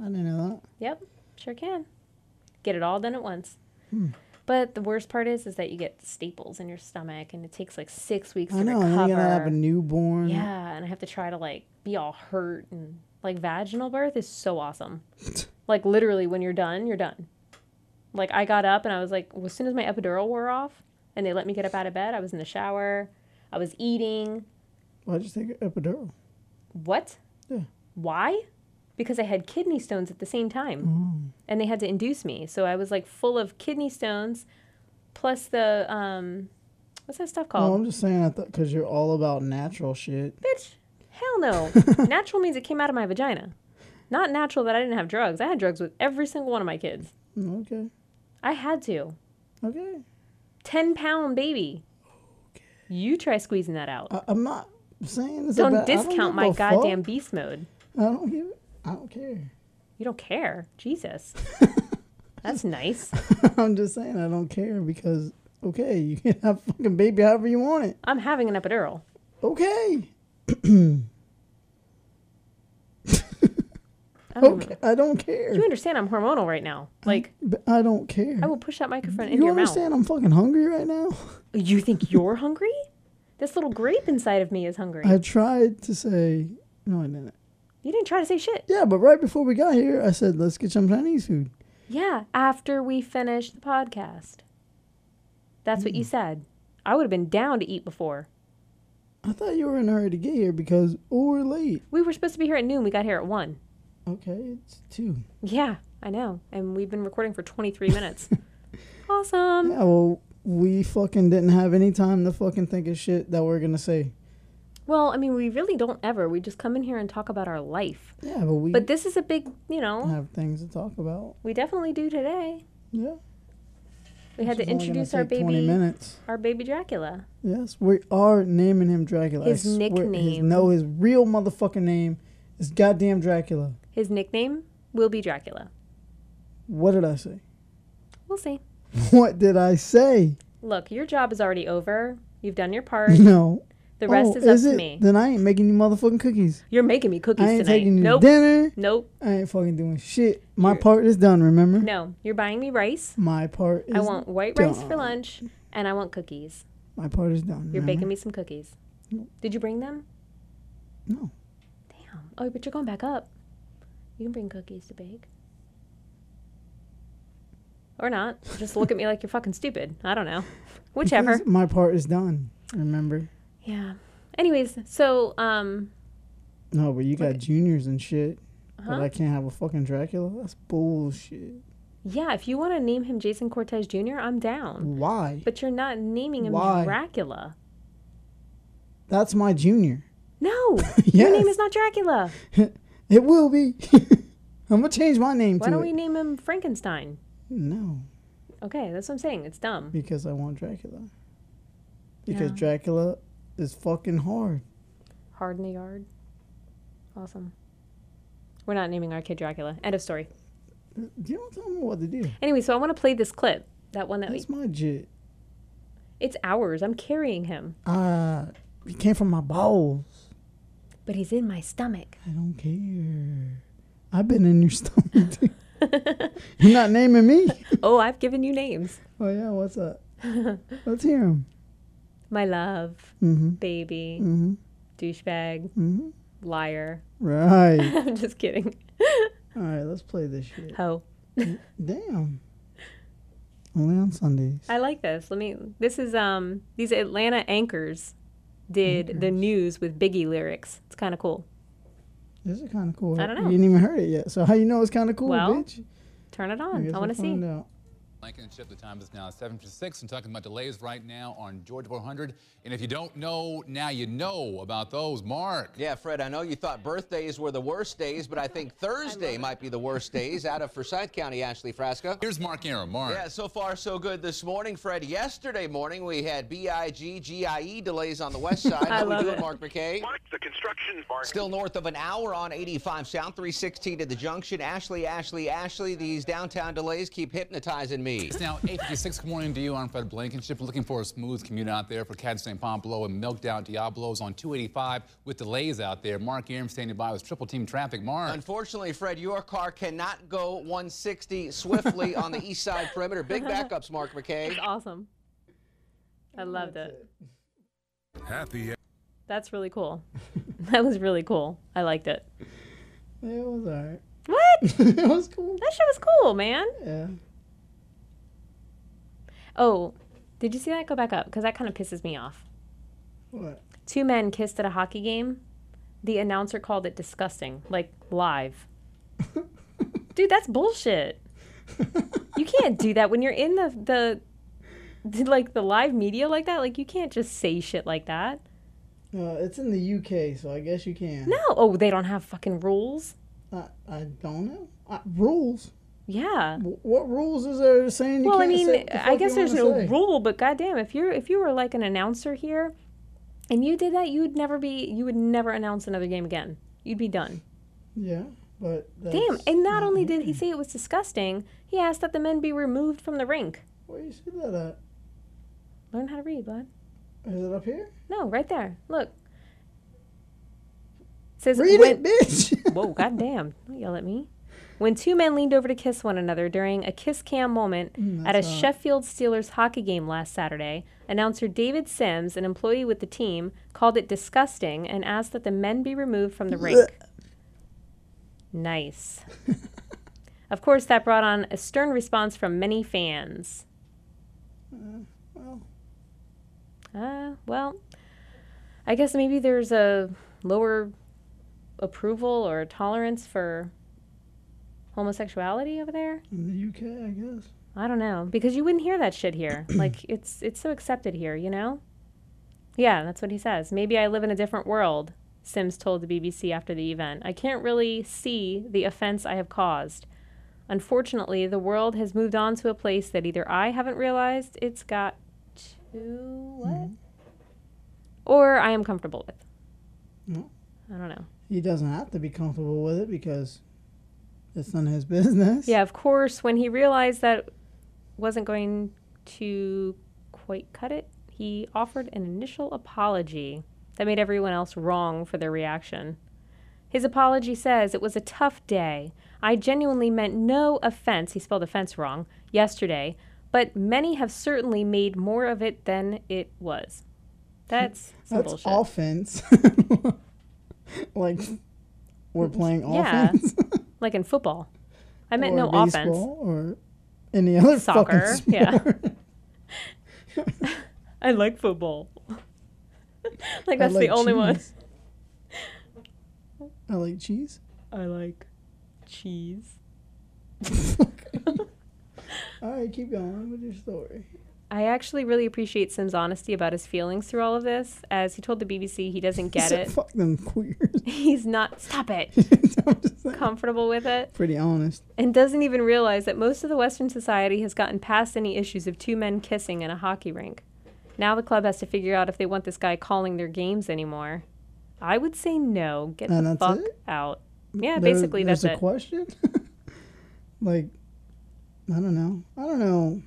[SPEAKER 1] I didn't know
[SPEAKER 2] Yep. Sure can. Get it all done at once.
[SPEAKER 1] Hmm.
[SPEAKER 2] But the worst part is, is that you get staples in your stomach, and it takes like six weeks
[SPEAKER 1] that. I
[SPEAKER 2] to
[SPEAKER 1] know. And then
[SPEAKER 2] recover.
[SPEAKER 1] you're gonna have a newborn.
[SPEAKER 2] Yeah, and I have to try to like be all hurt and like vaginal birth is so awesome. like literally when you're done, you're done. Like I got up and I was like as soon as my epidural wore off and they let me get up out of bed, I was in the shower, I was eating.
[SPEAKER 1] Why'd you take an epidural?
[SPEAKER 2] What?
[SPEAKER 1] Yeah.
[SPEAKER 2] Why? Because I had kidney stones at the same time
[SPEAKER 1] Oh.
[SPEAKER 2] and they had to induce me. So I was like full of kidney stones plus the um what's that stuff
[SPEAKER 1] No,
[SPEAKER 2] called?
[SPEAKER 1] I'm just saying I thought because you're all about natural shit.
[SPEAKER 2] Bitch, hell no. natural means it came out of my vagina. Not natural that I didn't have drugs. I had drugs with every single one of my kids.
[SPEAKER 1] Mm, Okay.
[SPEAKER 2] I had to.
[SPEAKER 1] Okay.
[SPEAKER 2] 10 pound baby. You try squeezing that out.
[SPEAKER 1] I, I'm not saying this.
[SPEAKER 2] don't
[SPEAKER 1] about, Oh, I
[SPEAKER 2] discount
[SPEAKER 1] give
[SPEAKER 2] my
[SPEAKER 1] a fuck.
[SPEAKER 2] goddamn beast mode.
[SPEAKER 1] I don't give. I don't care.
[SPEAKER 2] You don't care. Jesus. That's nice.
[SPEAKER 1] I'm just saying I don't care because okay, you can have fucking baby however you want it.
[SPEAKER 2] I'm having an epidural.
[SPEAKER 1] Okay.
[SPEAKER 2] I don't
[SPEAKER 1] Okay. I don't care.
[SPEAKER 2] You understand I'm hormonal right now. Like,
[SPEAKER 1] But I don't care.
[SPEAKER 2] I will push that microphone into
[SPEAKER 1] you
[SPEAKER 2] your
[SPEAKER 1] understand I'm fucking hungry right now?
[SPEAKER 2] mouth. You think you're hungry? This little grape inside of me is hungry.
[SPEAKER 1] I tried to say no, I didn't.
[SPEAKER 2] you didn't try to say shit.
[SPEAKER 1] Yeah, but right before we got here, I said let's get some Chinese food.
[SPEAKER 2] Yeah, after we finish the podcast. That's what you
[SPEAKER 1] Hmm.
[SPEAKER 2] said. I would have been down to eat before.
[SPEAKER 1] I thought you were in a hurry to get here because oh, we're late.
[SPEAKER 2] We were supposed to be here at noon. We got here at 1.
[SPEAKER 1] Okay, it's two.
[SPEAKER 2] Yeah, I know. And we've been recording for 23 minutes. awesome.
[SPEAKER 1] Yeah, well, we fucking didn't have any time to fucking think of shit that we're gonna say.
[SPEAKER 2] Well, I mean, we really don't ever. We just come in here and talk about our life.
[SPEAKER 1] Yeah, but we
[SPEAKER 2] But this is a big, you know,
[SPEAKER 1] have things to talk about.
[SPEAKER 2] we definitely do today.
[SPEAKER 1] Yeah,
[SPEAKER 2] We
[SPEAKER 1] This is
[SPEAKER 2] had to
[SPEAKER 1] only gonna
[SPEAKER 2] introduce our
[SPEAKER 1] take Twenty
[SPEAKER 2] baby,
[SPEAKER 1] minutes.
[SPEAKER 2] our baby Dracula.
[SPEAKER 1] Yes, we are naming him Dracula. I
[SPEAKER 2] His
[SPEAKER 1] swear- His,
[SPEAKER 2] nickname.
[SPEAKER 1] no, his real motherfucking name is goddamn Dracula.
[SPEAKER 2] His nickname will be Dracula.
[SPEAKER 1] What did I say?
[SPEAKER 2] We'll see.
[SPEAKER 1] What did I say?
[SPEAKER 2] Look, your job is already over. You've done your part.
[SPEAKER 1] No.
[SPEAKER 2] The rest
[SPEAKER 1] Oh,
[SPEAKER 2] is up to
[SPEAKER 1] it?
[SPEAKER 2] me.
[SPEAKER 1] Then I ain't making you motherfucking cookies.
[SPEAKER 2] You're making me cookies
[SPEAKER 1] I ain't
[SPEAKER 2] tonight.
[SPEAKER 1] taking you
[SPEAKER 2] nope.
[SPEAKER 1] to dinner.
[SPEAKER 2] Nope.
[SPEAKER 1] I ain't fucking doing shit. My
[SPEAKER 2] You're-
[SPEAKER 1] part is done, remember?
[SPEAKER 2] No. You're buying me rice.
[SPEAKER 1] My part is
[SPEAKER 2] I want white rice for
[SPEAKER 1] done.
[SPEAKER 2] lunch and I want cookies.
[SPEAKER 1] My part is done.
[SPEAKER 2] You're
[SPEAKER 1] remember?
[SPEAKER 2] baking me some cookies. Did you bring them?
[SPEAKER 1] No.
[SPEAKER 2] Damn. Oh, but you're going back up. You can bring cookies to bake. Or not. Just look at me like you're fucking stupid. I don't know. Whichever.
[SPEAKER 1] Because My part is done, remember?
[SPEAKER 2] Yeah. Anyways, so um
[SPEAKER 1] No, but you got juniors and shit. But
[SPEAKER 2] huh?
[SPEAKER 1] I can't have a fucking Dracula. That's bullshit.
[SPEAKER 2] Yeah, if you want to name him Jason Cortez Jr., I'm down.
[SPEAKER 1] Why?
[SPEAKER 2] But you're not naming him
[SPEAKER 1] Why?
[SPEAKER 2] Dracula.
[SPEAKER 1] That's my junior.
[SPEAKER 2] No. Your
[SPEAKER 1] yes.
[SPEAKER 2] name is not Dracula.
[SPEAKER 1] it will be. I'm gonna change my name
[SPEAKER 2] Why
[SPEAKER 1] to
[SPEAKER 2] don't we
[SPEAKER 1] it.
[SPEAKER 2] name him Frankenstein?
[SPEAKER 1] No,
[SPEAKER 2] Okay, that's what I'm saying. It's dumb.
[SPEAKER 1] because I want Dracula. Because
[SPEAKER 2] Yeah.
[SPEAKER 1] Dracula is fucking hard.
[SPEAKER 2] Hard in the yard. Awesome. We're not naming our kid Dracula. End of story.
[SPEAKER 1] You don't tell me what to do.
[SPEAKER 2] Anyway, so I want to play this clip. That one that we.
[SPEAKER 1] That's my jit.
[SPEAKER 2] It's ours. I'm carrying him,
[SPEAKER 1] Ah, it came from my bowels.
[SPEAKER 2] but he's in my stomach.
[SPEAKER 1] I don't care. I've been in your stomach. Too. You're not naming me.
[SPEAKER 2] oh, I've given you names.
[SPEAKER 1] Oh yeah, what's up? Let's hear him.
[SPEAKER 2] My love,
[SPEAKER 1] Mm-hmm.
[SPEAKER 2] baby,
[SPEAKER 1] Mm-hmm.
[SPEAKER 2] douchebag,
[SPEAKER 1] Mm-hmm.
[SPEAKER 2] liar.
[SPEAKER 1] Right.
[SPEAKER 2] I'm just kidding.
[SPEAKER 1] All right, let's play this shit.
[SPEAKER 2] Ho.
[SPEAKER 1] Damn. Only on Sundays.
[SPEAKER 2] I like this. Let me. This is um. These Atlanta anchors did the
[SPEAKER 1] Mm-hmm.
[SPEAKER 2] news with Biggie lyrics. It's kind of cool.
[SPEAKER 1] This is kind of cool.
[SPEAKER 2] I don't know.
[SPEAKER 1] You didn't even heard it yet. So how you know it's kind of cool,
[SPEAKER 2] Well,
[SPEAKER 1] bitch?
[SPEAKER 2] Turn it on. I want to see.
[SPEAKER 1] Out.
[SPEAKER 4] Blankenship, the time is now 7 to 6. And talking about delays right now on Georgia 400. And if you don't know, now you know about those. Mark.
[SPEAKER 5] Yeah, Fred, I know you thought birthdays were the worst days, but I think Thursday might be the worst days out of Forsyth County, Ashley Frasca.
[SPEAKER 4] Here's Mark Aram. Mark.
[SPEAKER 5] Yeah, so far so good this morning, Fred. Yesterday morning we had BIG, GIE E delays on the west side. How we
[SPEAKER 2] love
[SPEAKER 5] doing,
[SPEAKER 2] it.
[SPEAKER 5] Mark McKay?
[SPEAKER 6] Mark, the construction mark.
[SPEAKER 5] Still north of an hour on 85 South 316 to the junction. Ashley, Ashley, Ashley, these downtown delays keep hypnotizing me.
[SPEAKER 4] It's now 856. Good morning to you. I'm Fred Blankenship. Looking for a smooth commute out there for Cad St. Pompolo and Milk Down Diablos on 285 with delays out there. Mark Aram standing by with triple team traffic. Mark.
[SPEAKER 5] Unfortunately, Fred, your car cannot go 160 swiftly on the east side perimeter. Big backups, Mark McKay.
[SPEAKER 2] Awesome. I loved it.
[SPEAKER 7] Happy
[SPEAKER 2] That's really cool. that was really cool. I liked it.
[SPEAKER 1] Yeah, it was alright.
[SPEAKER 2] What? That shit
[SPEAKER 1] it was cool.
[SPEAKER 2] was cool, man.
[SPEAKER 1] Yeah.
[SPEAKER 2] Oh, did you see that go back up? Because that kind of pisses me off.
[SPEAKER 1] What?
[SPEAKER 2] Two men kissed at a hockey game. The announcer called it disgusting, like live. Dude, that's bullshit. You can't do that when you're in the the like the live media like that. Like you can't just say shit like that.
[SPEAKER 1] Uh, it's in the UK, so I guess you can.
[SPEAKER 2] No. Oh, they don't have fucking rules.
[SPEAKER 1] I, I don't know. I, rules?
[SPEAKER 2] Yeah.
[SPEAKER 1] Wh- What rules is there saying you
[SPEAKER 2] Well, I
[SPEAKER 1] can't say
[SPEAKER 2] mean,
[SPEAKER 1] what the
[SPEAKER 2] I
[SPEAKER 1] fuck
[SPEAKER 2] guess
[SPEAKER 1] you
[SPEAKER 2] there's
[SPEAKER 1] wanna
[SPEAKER 2] no
[SPEAKER 1] say?
[SPEAKER 2] rule, but goddamn, if you're if you were like an announcer here, and you did that, you'd never be you would never announce another game again. You'd be done.
[SPEAKER 1] Yeah, but.
[SPEAKER 2] Damn!
[SPEAKER 1] that's-
[SPEAKER 2] And not only did he say it was disgusting, he asked that the men be removed from the rink.
[SPEAKER 1] Where you see that at?
[SPEAKER 2] Learn how to read, bud.
[SPEAKER 1] Is it up here?
[SPEAKER 2] No, right there. Look. says
[SPEAKER 1] Read
[SPEAKER 2] when,
[SPEAKER 1] it, bitch!
[SPEAKER 2] Whoa, goddamn. Don't yell at me. When two men leaned over to kiss one another during a kiss cam moment at a
[SPEAKER 1] Mm, that's hot.
[SPEAKER 2] Sheffield Steelers hockey game last Saturday, announcer David Sims, an employee with the team, called it disgusting and asked that the men be removed from the rink. Nice. of course, that brought on a stern response from many fans.
[SPEAKER 1] well.
[SPEAKER 2] Uh, well, I guess maybe there's a lower approval or tolerance for homosexuality over there.
[SPEAKER 1] In the UK, I guess.
[SPEAKER 2] I don't know because you wouldn't hear that shit here. like it's it's so accepted here, you know. Yeah, that's what he says. Maybe I live in a different world. Sims told the BBC after the event. I can't really see the offense I have caused. Unfortunately, the world has moved on to a place that either I haven't realized it's got to what, or I am comfortable with.
[SPEAKER 1] No.
[SPEAKER 2] I don't know.
[SPEAKER 1] He doesn't have to be comfortable with it because it's none of his business.
[SPEAKER 2] Yeah, of course, when he realized that wasn't going to quite cut it, he offered an initial apology that made everyone else wrong for their reaction. His apology says it was a tough day. I genuinely meant no offense, he spelled offense wrong, yesterday, but many have certainly made more of it than it was. That's some
[SPEAKER 1] Hmm. That's
[SPEAKER 2] bullshit.
[SPEAKER 1] offense. like, we're playing
[SPEAKER 2] Yeah.
[SPEAKER 1] offense.
[SPEAKER 2] Like in football. I meant
[SPEAKER 1] or
[SPEAKER 2] no
[SPEAKER 1] baseball
[SPEAKER 2] offense.
[SPEAKER 1] Or any other
[SPEAKER 2] Soccer,
[SPEAKER 1] fucking sport.
[SPEAKER 2] yeah. I like football. like
[SPEAKER 1] I
[SPEAKER 2] that's
[SPEAKER 1] like
[SPEAKER 2] the only one.
[SPEAKER 1] cheese. I like cheese.
[SPEAKER 3] I like.
[SPEAKER 2] Cheese.
[SPEAKER 1] All right, keep going with your story.
[SPEAKER 2] I actually really appreciate Sim's honesty about his feelings through all of this, as he told the BBC he doesn't get
[SPEAKER 1] So
[SPEAKER 2] it.
[SPEAKER 1] Fuck them queers.
[SPEAKER 2] He's not stop it
[SPEAKER 1] I'm just like,
[SPEAKER 2] comfortable with it.
[SPEAKER 1] pretty honest.
[SPEAKER 2] and doesn't even realize that most of the Western society has gotten past any issues of two men kissing in a hockey rink. Now the club has to figure out if they want this guy calling their games anymore. I would say no. Get
[SPEAKER 1] And
[SPEAKER 2] the
[SPEAKER 1] that's
[SPEAKER 2] fuck
[SPEAKER 1] it?
[SPEAKER 2] out. Yeah,
[SPEAKER 1] There-
[SPEAKER 2] basically
[SPEAKER 1] there's
[SPEAKER 2] that's
[SPEAKER 1] a
[SPEAKER 2] it.
[SPEAKER 1] question. like, I don't know. I don't know.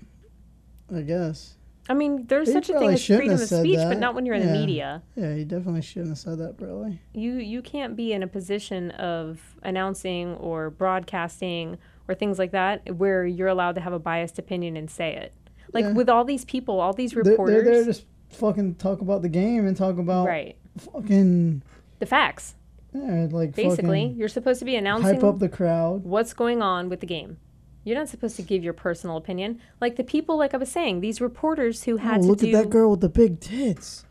[SPEAKER 1] I guess.
[SPEAKER 2] I mean, there's
[SPEAKER 1] They
[SPEAKER 2] such a thing
[SPEAKER 1] probably
[SPEAKER 2] as
[SPEAKER 1] shouldn't
[SPEAKER 2] freedom of
[SPEAKER 1] have said
[SPEAKER 2] speech, but
[SPEAKER 1] that.
[SPEAKER 2] not when you're in the
[SPEAKER 1] Yeah.
[SPEAKER 2] media.
[SPEAKER 1] Yeah, you definitely shouldn't have said that, really.
[SPEAKER 2] You you can't be in a position of announcing or broadcasting or things like that where you're allowed to have a biased opinion and say it. Like
[SPEAKER 1] Yeah.
[SPEAKER 2] with all these people, all these
[SPEAKER 1] They're, they're
[SPEAKER 2] reporters,
[SPEAKER 1] there to s- fucking talk about the game and talk about
[SPEAKER 2] right?
[SPEAKER 1] fucking
[SPEAKER 2] The facts.
[SPEAKER 1] yeah, like
[SPEAKER 2] Basically,
[SPEAKER 1] fucking
[SPEAKER 2] you're supposed to be announcing
[SPEAKER 1] hype up the crowd.
[SPEAKER 2] what's going on with the game. You're not supposed to give your personal opinion. Like the people, like I was saying, these reporters who
[SPEAKER 1] Oh,
[SPEAKER 2] had to
[SPEAKER 1] look
[SPEAKER 2] do
[SPEAKER 1] at that girl with the big tits.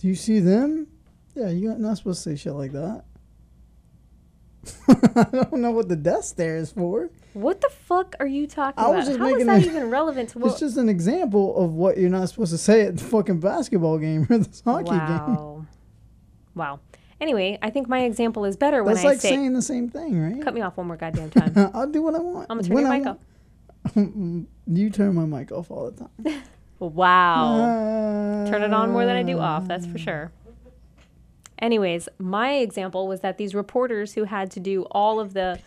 [SPEAKER 1] Do you see them? Yeah, you're not supposed to say shit like that. I don't know what the death stare is for.
[SPEAKER 2] What the fuck are you talking
[SPEAKER 1] I
[SPEAKER 2] about?
[SPEAKER 1] was just
[SPEAKER 2] How is
[SPEAKER 1] making
[SPEAKER 2] that
[SPEAKER 1] a-
[SPEAKER 2] even relevant to
[SPEAKER 1] it's
[SPEAKER 2] what?
[SPEAKER 1] just an example of what you're not supposed to say at the fucking basketball game or this hockey game.
[SPEAKER 2] Wow. Wow. Anyway, I think my example is better when
[SPEAKER 1] That's
[SPEAKER 2] I
[SPEAKER 1] like
[SPEAKER 2] say.
[SPEAKER 1] saying the same thing, right?
[SPEAKER 2] Cut me off one more goddamn time. I'm
[SPEAKER 1] I'll do what I want.
[SPEAKER 2] gonna turn
[SPEAKER 1] when
[SPEAKER 2] your
[SPEAKER 1] I
[SPEAKER 2] mic
[SPEAKER 1] want.
[SPEAKER 2] off.
[SPEAKER 1] You turn my mic off all the time.
[SPEAKER 2] Wow.
[SPEAKER 1] Uh,
[SPEAKER 2] Oh. Turn it on more than I do off, that's for sure. Anyways, my example was that these reporters who had to do all of the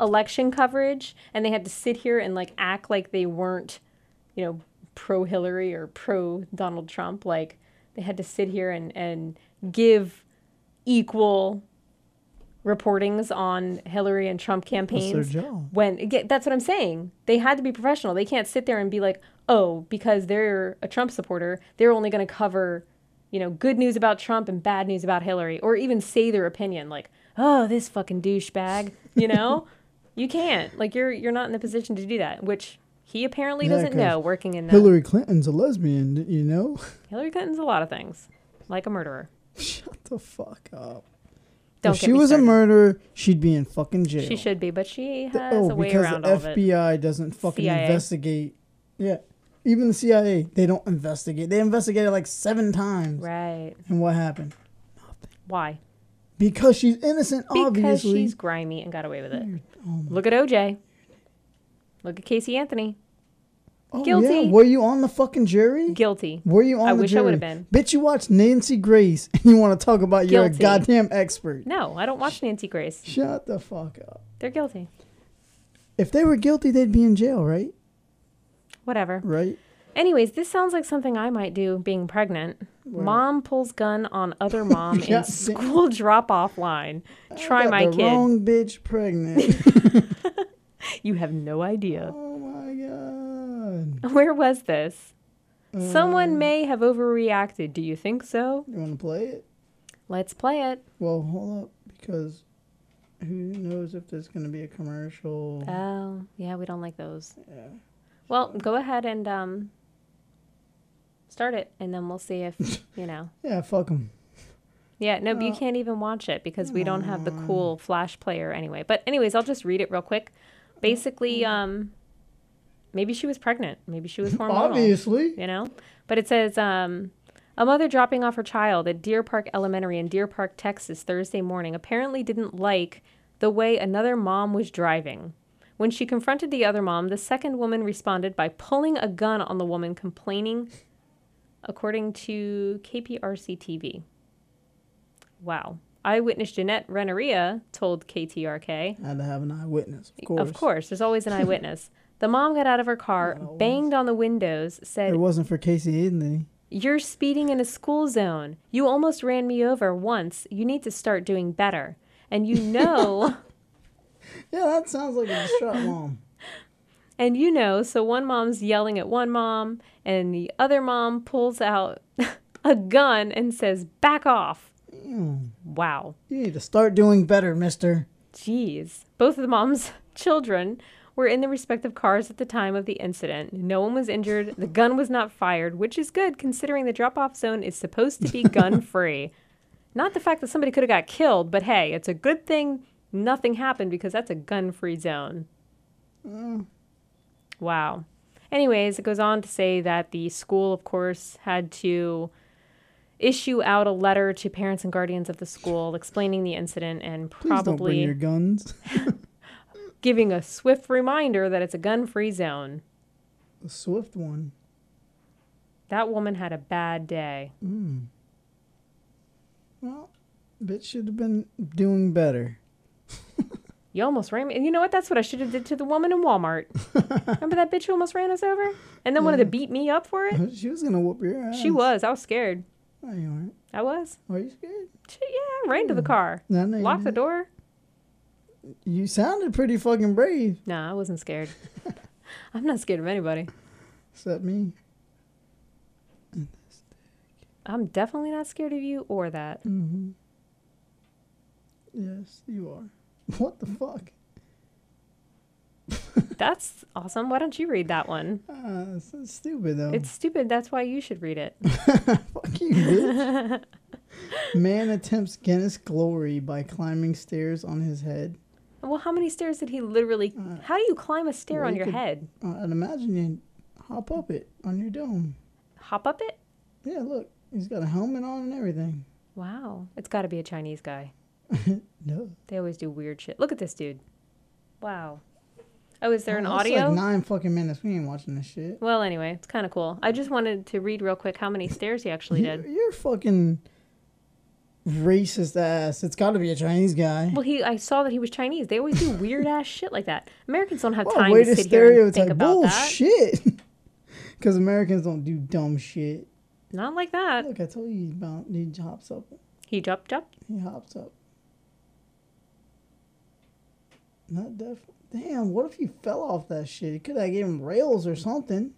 [SPEAKER 2] election coverage and they had to sit here and like act like they weren't, you know, pro Hillary or pro Donald Trump, like they had to sit here and and give equal reportings on Hillary and Trump campaigns.
[SPEAKER 1] job.
[SPEAKER 2] When yeah, that's what I'm saying. They had to be professional. They can't sit there and be like, oh, because they're a Trump supporter, they're only going to cover, you know, good news about Trump and bad news about Hillary, or even say their opinion like, oh, this fucking douchebag. You know, you can't. Like you're you're not in the position to do that, which he apparently
[SPEAKER 1] Yeah,
[SPEAKER 2] doesn't
[SPEAKER 1] 'cause
[SPEAKER 2] know. Working in the
[SPEAKER 1] Hillary Clinton's a lesbian, d- you know?
[SPEAKER 2] Hillary Clinton's a lot of things, like a murderer.
[SPEAKER 1] Shut the fuck up.
[SPEAKER 2] Don't
[SPEAKER 1] if
[SPEAKER 2] get
[SPEAKER 1] she
[SPEAKER 2] me
[SPEAKER 1] was
[SPEAKER 2] started.
[SPEAKER 1] a murderer, she'd be in fucking jail.
[SPEAKER 2] She should be, but she
[SPEAKER 1] Th-
[SPEAKER 2] has
[SPEAKER 1] oh,
[SPEAKER 2] a way
[SPEAKER 1] because
[SPEAKER 2] around
[SPEAKER 1] the
[SPEAKER 2] all of it.
[SPEAKER 1] FBI doesn't fucking
[SPEAKER 2] CIA.
[SPEAKER 1] investigate. Yeah. Even the CIA, they don't investigate. They investigated like seven times.
[SPEAKER 2] Right?
[SPEAKER 1] And what happened?
[SPEAKER 2] Why?
[SPEAKER 1] Because she's innocent,
[SPEAKER 2] Because
[SPEAKER 1] obviously. oh
[SPEAKER 2] she's grimy and got away with it. Look at OJ. Look at Casey Anthony.
[SPEAKER 1] oh,
[SPEAKER 2] guilty.
[SPEAKER 1] Yeah. Were you on the fucking jury?
[SPEAKER 2] Guilty.
[SPEAKER 1] Were you on
[SPEAKER 2] I
[SPEAKER 1] the
[SPEAKER 2] wish I
[SPEAKER 1] jury?
[SPEAKER 2] would've been.
[SPEAKER 1] Bitch, you watch Nancy Grace and you want to talk about you're a
[SPEAKER 2] Guilty.
[SPEAKER 1] goddamn expert.
[SPEAKER 2] No, I don't watch Nancy Grace.
[SPEAKER 1] Shut the fuck up.
[SPEAKER 2] They're guilty.
[SPEAKER 1] If they were guilty, they'd be in jail, right?
[SPEAKER 2] Whatever.
[SPEAKER 1] Right?
[SPEAKER 2] Anyways, this sounds like something I might do being pregnant. Mom pulls gun on other mom
[SPEAKER 1] Yeah,
[SPEAKER 2] in school drop off line. Try
[SPEAKER 1] Got
[SPEAKER 2] my
[SPEAKER 1] the
[SPEAKER 2] kid.
[SPEAKER 1] Wrong bitch pregnant.
[SPEAKER 2] You have no idea.
[SPEAKER 1] oh my god.
[SPEAKER 2] Where was this?
[SPEAKER 1] Um,
[SPEAKER 2] Someone may have overreacted. Do you think so?
[SPEAKER 1] You want to play it?
[SPEAKER 2] Let's play it.
[SPEAKER 1] Well, hold up because who knows if there's going to be a commercial?
[SPEAKER 2] Oh, yeah, we don't like those. Well, go ahead and um, start it, and then we'll see if, you know.
[SPEAKER 1] yeah, fuck them.
[SPEAKER 2] Yeah, no, but you can't even watch it because we don't have the cool flash player anyway. But, anyways, I'll just read it real quick. Basically, um, maybe she was pregnant. Maybe she was hormonal.
[SPEAKER 1] Obviously.
[SPEAKER 2] You know? But it says um, a mother dropping off her child at Deer Park Elementary in Deer Park, Texas, Thursday morning apparently didn't like the way another mom was driving. When she confronted the other mom, the second woman responded by pulling a gun on the woman, complaining, according to KPRC TV. Wow. Eyewitness Jeanette Renneria told KTRK
[SPEAKER 1] Had to have an eyewitness, of course.
[SPEAKER 2] of course, there's always an eyewitness. The mom got out of her car, banged on the windows, said,
[SPEAKER 1] It wasn't for Casey Anthony.
[SPEAKER 2] You're speeding in a school zone. You almost ran me over once. You need to start doing better. And you know,
[SPEAKER 1] Yeah, that sounds like a distraught mom.
[SPEAKER 2] and you know, so one mom's yelling at one mom, and the other mom pulls out a gun and says, Back off. Wow.
[SPEAKER 1] You need to start doing better, mister.
[SPEAKER 2] Jeez. Both of the mom's children were in their respective cars at the time of the incident. No one was injured. The gun was not fired, which is good considering the drop off zone is supposed to be gun free. Not the fact that somebody could have got killed, but hey, it's a good thing nothing happened because that's a gun free zone.
[SPEAKER 1] Mm.
[SPEAKER 2] Wow. Anyways, it goes on to say that the school, of course, had to issue out a letter to parents and guardians of the school explaining the incident and
[SPEAKER 1] Please
[SPEAKER 2] probably
[SPEAKER 1] don't bring your guns.
[SPEAKER 2] giving a swift reminder that it's a gun free zone.
[SPEAKER 1] The swift one.
[SPEAKER 2] That woman had a bad day.
[SPEAKER 1] Well, bitch should have been doing better.
[SPEAKER 2] You almost ran me. And you know what? That's what I should have did to the woman in Walmart. Remember that bitch who almost ran us over? And then wanted to beat me up for it?
[SPEAKER 1] She was gonna whoop your ass.
[SPEAKER 2] She was. I was scared.
[SPEAKER 1] No, you aren't.
[SPEAKER 2] I was.
[SPEAKER 1] Are you scared?
[SPEAKER 2] She, yeah, I ran to the car.
[SPEAKER 1] No, no, you
[SPEAKER 2] Locked the
[SPEAKER 1] didn't.
[SPEAKER 2] door.
[SPEAKER 1] You sounded pretty fucking brave,
[SPEAKER 2] Nah, I wasn't scared. I'm not scared of anybody.
[SPEAKER 1] except me.
[SPEAKER 2] I'm definitely not scared of you or that.
[SPEAKER 1] Mm. Yes, you are. What the fuck?
[SPEAKER 2] That's awesome. Why don't you read that one?
[SPEAKER 1] Uh, it's, it's stupid though.
[SPEAKER 2] It's stupid. That's why you should read it.
[SPEAKER 1] fuck you, bitch. Man attempts Guinness glory by climbing stairs on his head.
[SPEAKER 2] Well, how many stairs did he literally? How do you climb a stair
[SPEAKER 1] well,
[SPEAKER 2] on
[SPEAKER 1] you
[SPEAKER 2] your
[SPEAKER 1] Uh, could-
[SPEAKER 2] head?
[SPEAKER 1] Uh, I'd imagine you hop up it on your dome.
[SPEAKER 2] Hop up it?
[SPEAKER 1] Yeah, look, he's got a helmet on and everything.
[SPEAKER 2] Wow, it's got to be a Chinese guy.
[SPEAKER 1] No,
[SPEAKER 2] They always do weird shit. Look at this dude. Wow. Oh, is there an
[SPEAKER 1] That's
[SPEAKER 2] audio?
[SPEAKER 1] Like nine fucking minutes. We ain't watching this shit.
[SPEAKER 2] well, anyway, it's kind of cool. I just wanted to read real quick how many stairs he actually
[SPEAKER 1] You're,
[SPEAKER 2] did.
[SPEAKER 1] you're fucking racist ass. It's got to be a Chinese guy.
[SPEAKER 2] Well, he I saw that he was Chinese. They always do weird ass shit like that. Americans don't have
[SPEAKER 1] What a
[SPEAKER 2] time
[SPEAKER 1] way
[SPEAKER 2] to
[SPEAKER 1] to
[SPEAKER 2] sit here and think
[SPEAKER 1] stereotype
[SPEAKER 2] about
[SPEAKER 1] bullshit. Because Americans don't do dumb shit.
[SPEAKER 2] that. Not like that.
[SPEAKER 1] Look, I told you he, bound, he hops up.
[SPEAKER 2] He jumped up.
[SPEAKER 1] He hops up. Not deaf. Damn, what if he fell off that shit? He could have gave him rails or something.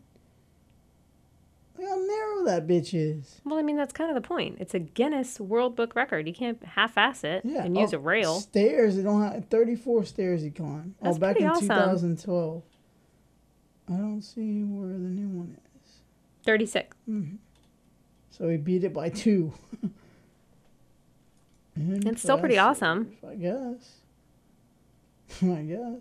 [SPEAKER 1] Look how narrow that bitch is.
[SPEAKER 2] Well, I mean that's kind of the point. It's a Guinness World Book record. You can't half-ass it
[SPEAKER 1] Yeah.
[SPEAKER 2] and use
[SPEAKER 1] oh,
[SPEAKER 2] a rail.
[SPEAKER 1] Stairs. It don't have 34 stairs he climbed.
[SPEAKER 2] That's
[SPEAKER 1] oh, back
[SPEAKER 2] pretty
[SPEAKER 1] in
[SPEAKER 2] awesome.
[SPEAKER 1] 2012. I don't see where the new one is.
[SPEAKER 2] Thirty-six.
[SPEAKER 1] So he beat it by two.
[SPEAKER 2] It's still pretty awesome.
[SPEAKER 1] I guess. I guess.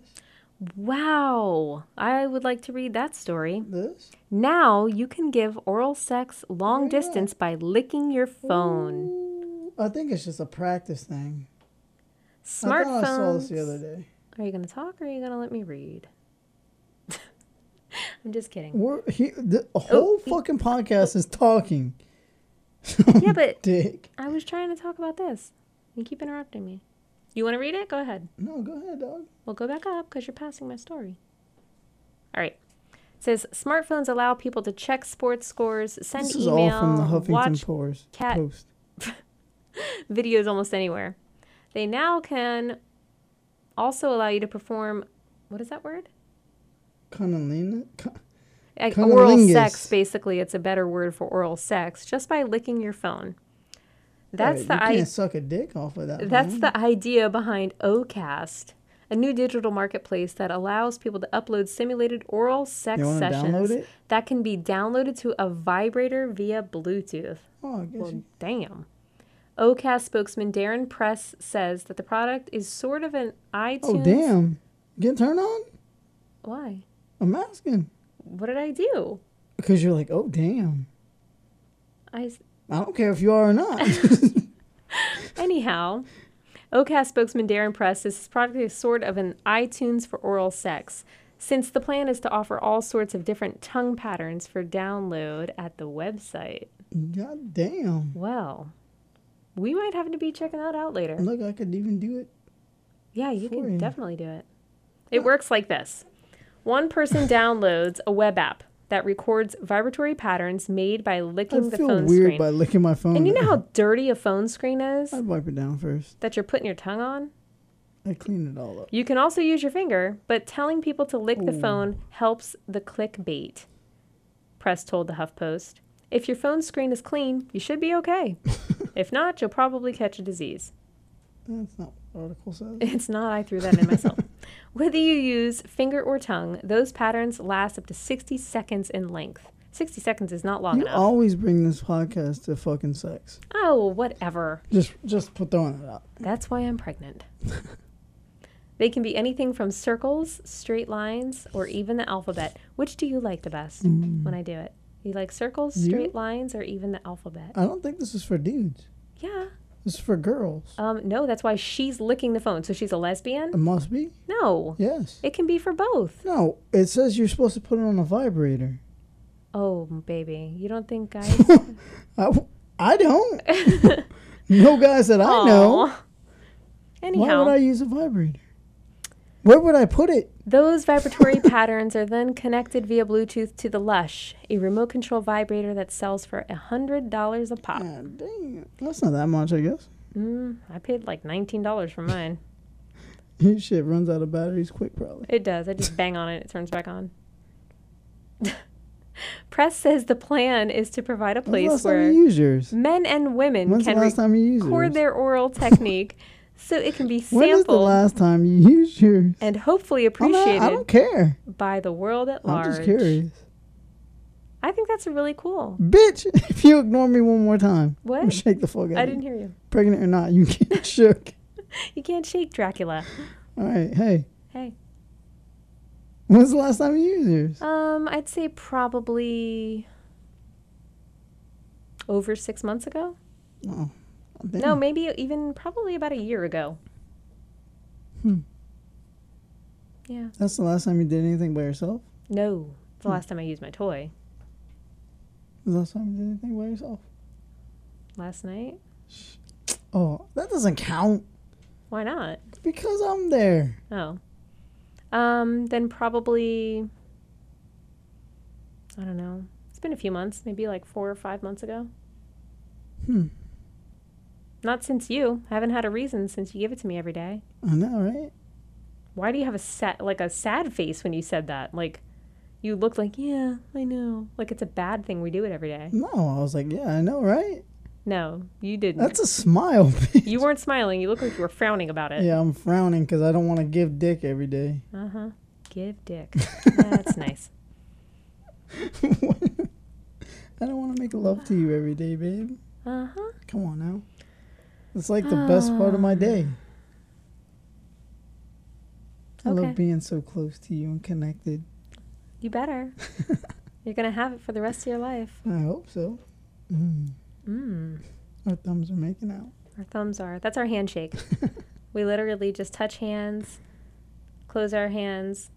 [SPEAKER 2] Wow. I would like to read that story.
[SPEAKER 1] This?
[SPEAKER 2] Now you can give oral sex long
[SPEAKER 1] yeah.
[SPEAKER 2] distance by licking your phone.
[SPEAKER 1] Ooh, I think it's just a practice thing. I
[SPEAKER 2] Smartphones.
[SPEAKER 1] thought I saw this the other day.
[SPEAKER 2] Are you going to talk or are you going to let me read? I'm just kidding.
[SPEAKER 1] We're, he, the
[SPEAKER 2] Oh,
[SPEAKER 1] whole fucking podcast is talking.
[SPEAKER 2] Yeah, but
[SPEAKER 1] Dick.
[SPEAKER 2] I was trying to talk about this. You keep interrupting me. You want to read it? Go ahead.
[SPEAKER 1] No, go ahead, dog.
[SPEAKER 2] Well, go back up because you're passing my story. All right. It says smartphones allow people to check sports scores, send
[SPEAKER 1] This is
[SPEAKER 2] email,
[SPEAKER 1] all from the Huffington
[SPEAKER 2] watch
[SPEAKER 1] Post.
[SPEAKER 2] cat-
[SPEAKER 1] Post.
[SPEAKER 2] videos almost anywhere. They now can also allow you to perform what is that word?
[SPEAKER 1] Cunnilingus? Cun-
[SPEAKER 2] Like oral
[SPEAKER 1] Cunnilingus.
[SPEAKER 2] sex, basically. It's a better word for oral sex, just by licking your phone. That's
[SPEAKER 1] Wait,
[SPEAKER 2] the
[SPEAKER 1] you
[SPEAKER 2] I-
[SPEAKER 1] can't suck a dick off of that.
[SPEAKER 2] that's
[SPEAKER 1] phone.
[SPEAKER 2] the idea behind OCast, a new digital marketplace that allows people to upload simulated oral sex
[SPEAKER 1] You wanna download
[SPEAKER 2] sessions
[SPEAKER 1] it?
[SPEAKER 2] that can be downloaded to a vibrator via Bluetooth.
[SPEAKER 1] Oh, I guess
[SPEAKER 2] Well,
[SPEAKER 1] you-
[SPEAKER 2] damn. OCAS spokesman Darren Press says that the product is sort of an iTunes.
[SPEAKER 1] oh damn. Getting turned on?
[SPEAKER 2] Why?
[SPEAKER 1] I'm asking.
[SPEAKER 2] What did I do?
[SPEAKER 1] Because you're like, oh, damn.
[SPEAKER 2] I s-
[SPEAKER 1] I don't care if you are or not.
[SPEAKER 2] anyhow. OCAS spokesman Darren Press says this product is sort of an iTunes for oral sex, since the plan is to offer all sorts of different tongue patterns for download at the website.
[SPEAKER 1] God damn.
[SPEAKER 2] Well, we might have to be checking that out later.
[SPEAKER 1] Look, I could even do it.
[SPEAKER 2] Yeah, you
[SPEAKER 1] for
[SPEAKER 2] can
[SPEAKER 1] you.
[SPEAKER 2] definitely do it. It works like this one person downloads a web app that records vibratory patterns made by licking
[SPEAKER 1] I
[SPEAKER 2] the
[SPEAKER 1] feel
[SPEAKER 2] phone
[SPEAKER 1] weird
[SPEAKER 2] screen.
[SPEAKER 1] by licking my phone.
[SPEAKER 2] and you know
[SPEAKER 1] though.
[SPEAKER 2] how dirty a phone screen is
[SPEAKER 1] I'd wipe it down first.
[SPEAKER 2] that you're putting your tongue on?
[SPEAKER 1] I clean it all up.
[SPEAKER 2] You can also use your finger, but telling people to lick the phone helps the clickbait, Press told the HuffPost. If your phone screen is clean, you should be okay. if not, you'll probably catch a disease.
[SPEAKER 1] That's not what the article says.
[SPEAKER 2] It's not, I threw that in myself. Whether you use finger or tongue, those patterns last up to 60 seconds in length. 60 seconds is not long
[SPEAKER 1] You
[SPEAKER 2] enough.
[SPEAKER 1] always bring this podcast to fucking sex.
[SPEAKER 2] oh, whatever.
[SPEAKER 1] Just, just put throwing it out.
[SPEAKER 2] That's why I'm pregnant. they can be anything from circles, straight lines, or even the alphabet. Which do you like the best when I do it? You like circles, straight lines, or even the alphabet?
[SPEAKER 1] I don't think this is for dudes.
[SPEAKER 2] yeah.
[SPEAKER 1] This is for girls.
[SPEAKER 2] Um, no, that's why she's licking the phone. So she's a lesbian?
[SPEAKER 1] It must be.
[SPEAKER 2] No.
[SPEAKER 1] Yes.
[SPEAKER 2] It can be for both.
[SPEAKER 1] No, it says you're supposed to put it on a vibrator.
[SPEAKER 2] Oh, baby. You don't think guys.
[SPEAKER 1] I, w- I don't. no guys that I know.
[SPEAKER 2] Aw.
[SPEAKER 1] Why
[SPEAKER 2] Anyhow,
[SPEAKER 1] would I use a vibrator? Where would I put it?
[SPEAKER 2] those vibratory patterns are then connected via Bluetooth to the Lush, a remote control vibrator that sells for $100 a pop.
[SPEAKER 1] God damn. Ah, That's not that much, I guess.
[SPEAKER 2] I paid like $19 for mine.
[SPEAKER 1] Your shit runs out of batteries quick, probably.
[SPEAKER 2] It does. I just bang on it, it turns back on. Press says the plan is to provide a
[SPEAKER 1] When's the
[SPEAKER 2] place
[SPEAKER 1] last time
[SPEAKER 2] where
[SPEAKER 1] you used yours?
[SPEAKER 2] men and women
[SPEAKER 1] When's the
[SPEAKER 2] can
[SPEAKER 1] last time you used
[SPEAKER 2] record
[SPEAKER 1] yours?
[SPEAKER 2] their oral technique so it can be
[SPEAKER 1] When is the
[SPEAKER 2] sampled
[SPEAKER 1] last time you used yours?
[SPEAKER 2] and hopefully
[SPEAKER 1] I'm not-
[SPEAKER 2] appreciated
[SPEAKER 1] I don't care.
[SPEAKER 2] by the world at large.
[SPEAKER 1] I'm just curious.
[SPEAKER 2] I think that's really cool.
[SPEAKER 1] Bitch, if you ignore me one more time,
[SPEAKER 2] What?
[SPEAKER 1] I'm gonna shake the fuck out.
[SPEAKER 2] I
[SPEAKER 1] of you.
[SPEAKER 2] didn't hear you.
[SPEAKER 1] Pregnant or not, you get shook.
[SPEAKER 2] You can't shake Dracula.
[SPEAKER 1] All right, hey,
[SPEAKER 2] Hey.
[SPEAKER 1] when's the last time you used yours?
[SPEAKER 2] Um, I'd say probably over six months ago. Uh, No,
[SPEAKER 1] Damn.
[SPEAKER 2] maybe even probably about a year ago. Hmm. Yeah.
[SPEAKER 1] that's the last time you did anything by yourself.
[SPEAKER 2] No, it's the last time I used my toy
[SPEAKER 1] Was the last time you did anything by yourself?
[SPEAKER 2] last night.
[SPEAKER 1] Oh, that doesn't count
[SPEAKER 2] Why not?
[SPEAKER 1] because I'm there.
[SPEAKER 2] Oh. Um, then probably, I don't know. It's been a few months, maybe like four or five months ago. Hmm. Not since you. I haven't had a reason since you give it to me every day.
[SPEAKER 1] I know, right?
[SPEAKER 2] Why do you have a sad, like a sad face when you said that? Like, you look like, yeah, I know. Like it's a bad thing we do it every day.
[SPEAKER 1] No, I was like, yeah, I know, right?
[SPEAKER 2] No, you didn't.
[SPEAKER 1] That's a smile. bitch.
[SPEAKER 2] you weren't smiling. You looked like you were frowning about it.
[SPEAKER 1] yeah, I'm frowning because I don't want to give dick every day.
[SPEAKER 2] Uh huh. Give dick. That's nice.
[SPEAKER 1] I don't want to make love to you every day, babe.
[SPEAKER 2] Uh huh.
[SPEAKER 1] Come on now. It's like the best part
[SPEAKER 2] Ah.
[SPEAKER 1] of my day. I
[SPEAKER 2] Okay.
[SPEAKER 1] love being so close to you and connected.
[SPEAKER 2] You better. You're gonna have it for the rest of your life.
[SPEAKER 1] I hope so. Mm. Our thumbs are making out.
[SPEAKER 2] Our thumbs are. That's our handshake. we literally just touch hands, close our hands,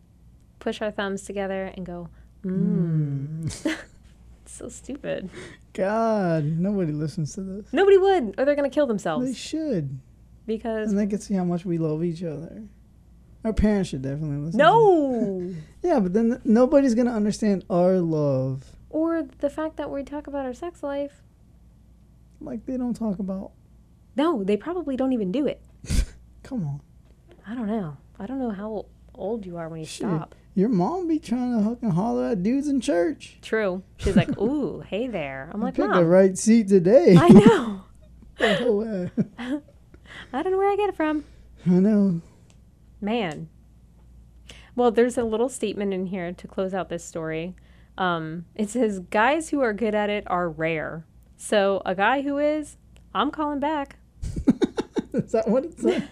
[SPEAKER 2] push our thumbs together, and go. Mmm.
[SPEAKER 1] Mm.
[SPEAKER 2] so stupid.
[SPEAKER 1] God, nobody listens to this.
[SPEAKER 2] Nobody would, or they're gonna kill
[SPEAKER 1] They
[SPEAKER 2] themselves
[SPEAKER 1] should.
[SPEAKER 2] because
[SPEAKER 1] And they can see how much we love each other. Our parents should definitely listen.
[SPEAKER 2] no.
[SPEAKER 1] Yeah, but then th- nobody's going to understand our love.
[SPEAKER 2] or the fact that we talk about our sex life.
[SPEAKER 1] Like, they don't talk about.
[SPEAKER 2] No, they probably don't even do it.
[SPEAKER 1] Come on.
[SPEAKER 2] I don't know. I don't know how old you are when you
[SPEAKER 1] Shit.
[SPEAKER 2] stop.
[SPEAKER 1] Your mom be trying to hook and holler at dudes in church.
[SPEAKER 2] True. She's like, ooh, hey there. I'm like,
[SPEAKER 1] Pick
[SPEAKER 2] mom.
[SPEAKER 1] the right seat today.
[SPEAKER 2] I know.
[SPEAKER 1] Oh, uh,
[SPEAKER 2] I don't know where I get it from.
[SPEAKER 1] I know.
[SPEAKER 2] Man. Well, there's a little statement in here to close out this story. Um, it says, guys who are good at it are rare. So a guy who is, I'm calling back.
[SPEAKER 1] Is that what it says?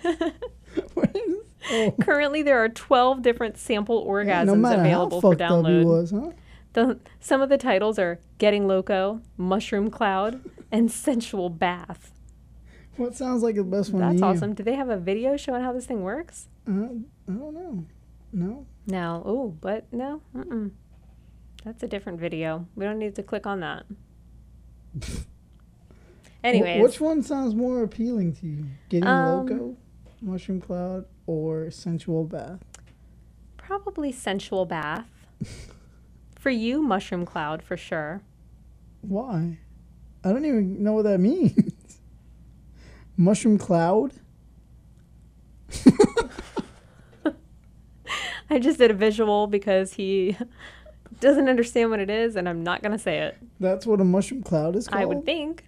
[SPEAKER 1] What is- oh,
[SPEAKER 2] Currently, there are 12 different sample orgasms
[SPEAKER 1] no matter how
[SPEAKER 2] available for
[SPEAKER 1] fucked up he
[SPEAKER 2] download.
[SPEAKER 1] was, huh?
[SPEAKER 2] The, some of the titles are Getting Loco, Mushroom Cloud, and Sensual Bath.
[SPEAKER 1] What sounds like the best one? to
[SPEAKER 2] That's
[SPEAKER 1] you? Uh,
[SPEAKER 2] awesome. Do they have a video showing how this thing works?
[SPEAKER 1] I don't know. No.
[SPEAKER 2] No. Oh, but no. Mm-mm. That's a different video. We don't need to click on that.
[SPEAKER 1] Wh-
[SPEAKER 2] Anyways,
[SPEAKER 1] Which one sounds more appealing to you? Getting
[SPEAKER 2] Um,
[SPEAKER 1] loco, mushroom cloud, or sensual bath?
[SPEAKER 2] probably sensual bath. For you, mushroom cloud for sure.
[SPEAKER 1] Why? I don't even know what that means. mushroom cloud?
[SPEAKER 2] I just did a visual because he doesn't understand what it is, and I'm not gonna say it.
[SPEAKER 1] That's what a mushroom cloud is called.
[SPEAKER 2] I would think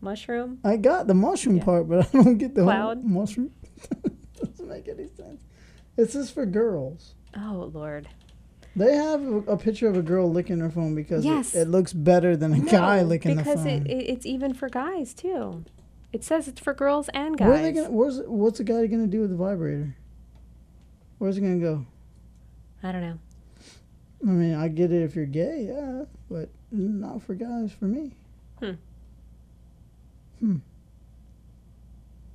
[SPEAKER 2] mushroom.
[SPEAKER 1] I got the mushroom part, but I don't get the whole
[SPEAKER 2] Cloud?
[SPEAKER 1] mushroom. Doesn't make any sense. It's just for girls.
[SPEAKER 2] Oh Lord.
[SPEAKER 1] They have a, a picture of a girl licking her phone because it-
[SPEAKER 2] Yes.
[SPEAKER 1] it, looks better than a guy
[SPEAKER 2] No,
[SPEAKER 1] licking the
[SPEAKER 2] because
[SPEAKER 1] phone.
[SPEAKER 2] it, it, it's even for guys too. It says it's for girls and guys.
[SPEAKER 1] Where are they gonna, where's, what's a guy gonna do with the vibrator? Where's it gonna go?
[SPEAKER 2] I don't know.
[SPEAKER 1] I mean, I get it if you're gay, yeah, but not for guys, for me. Hmm.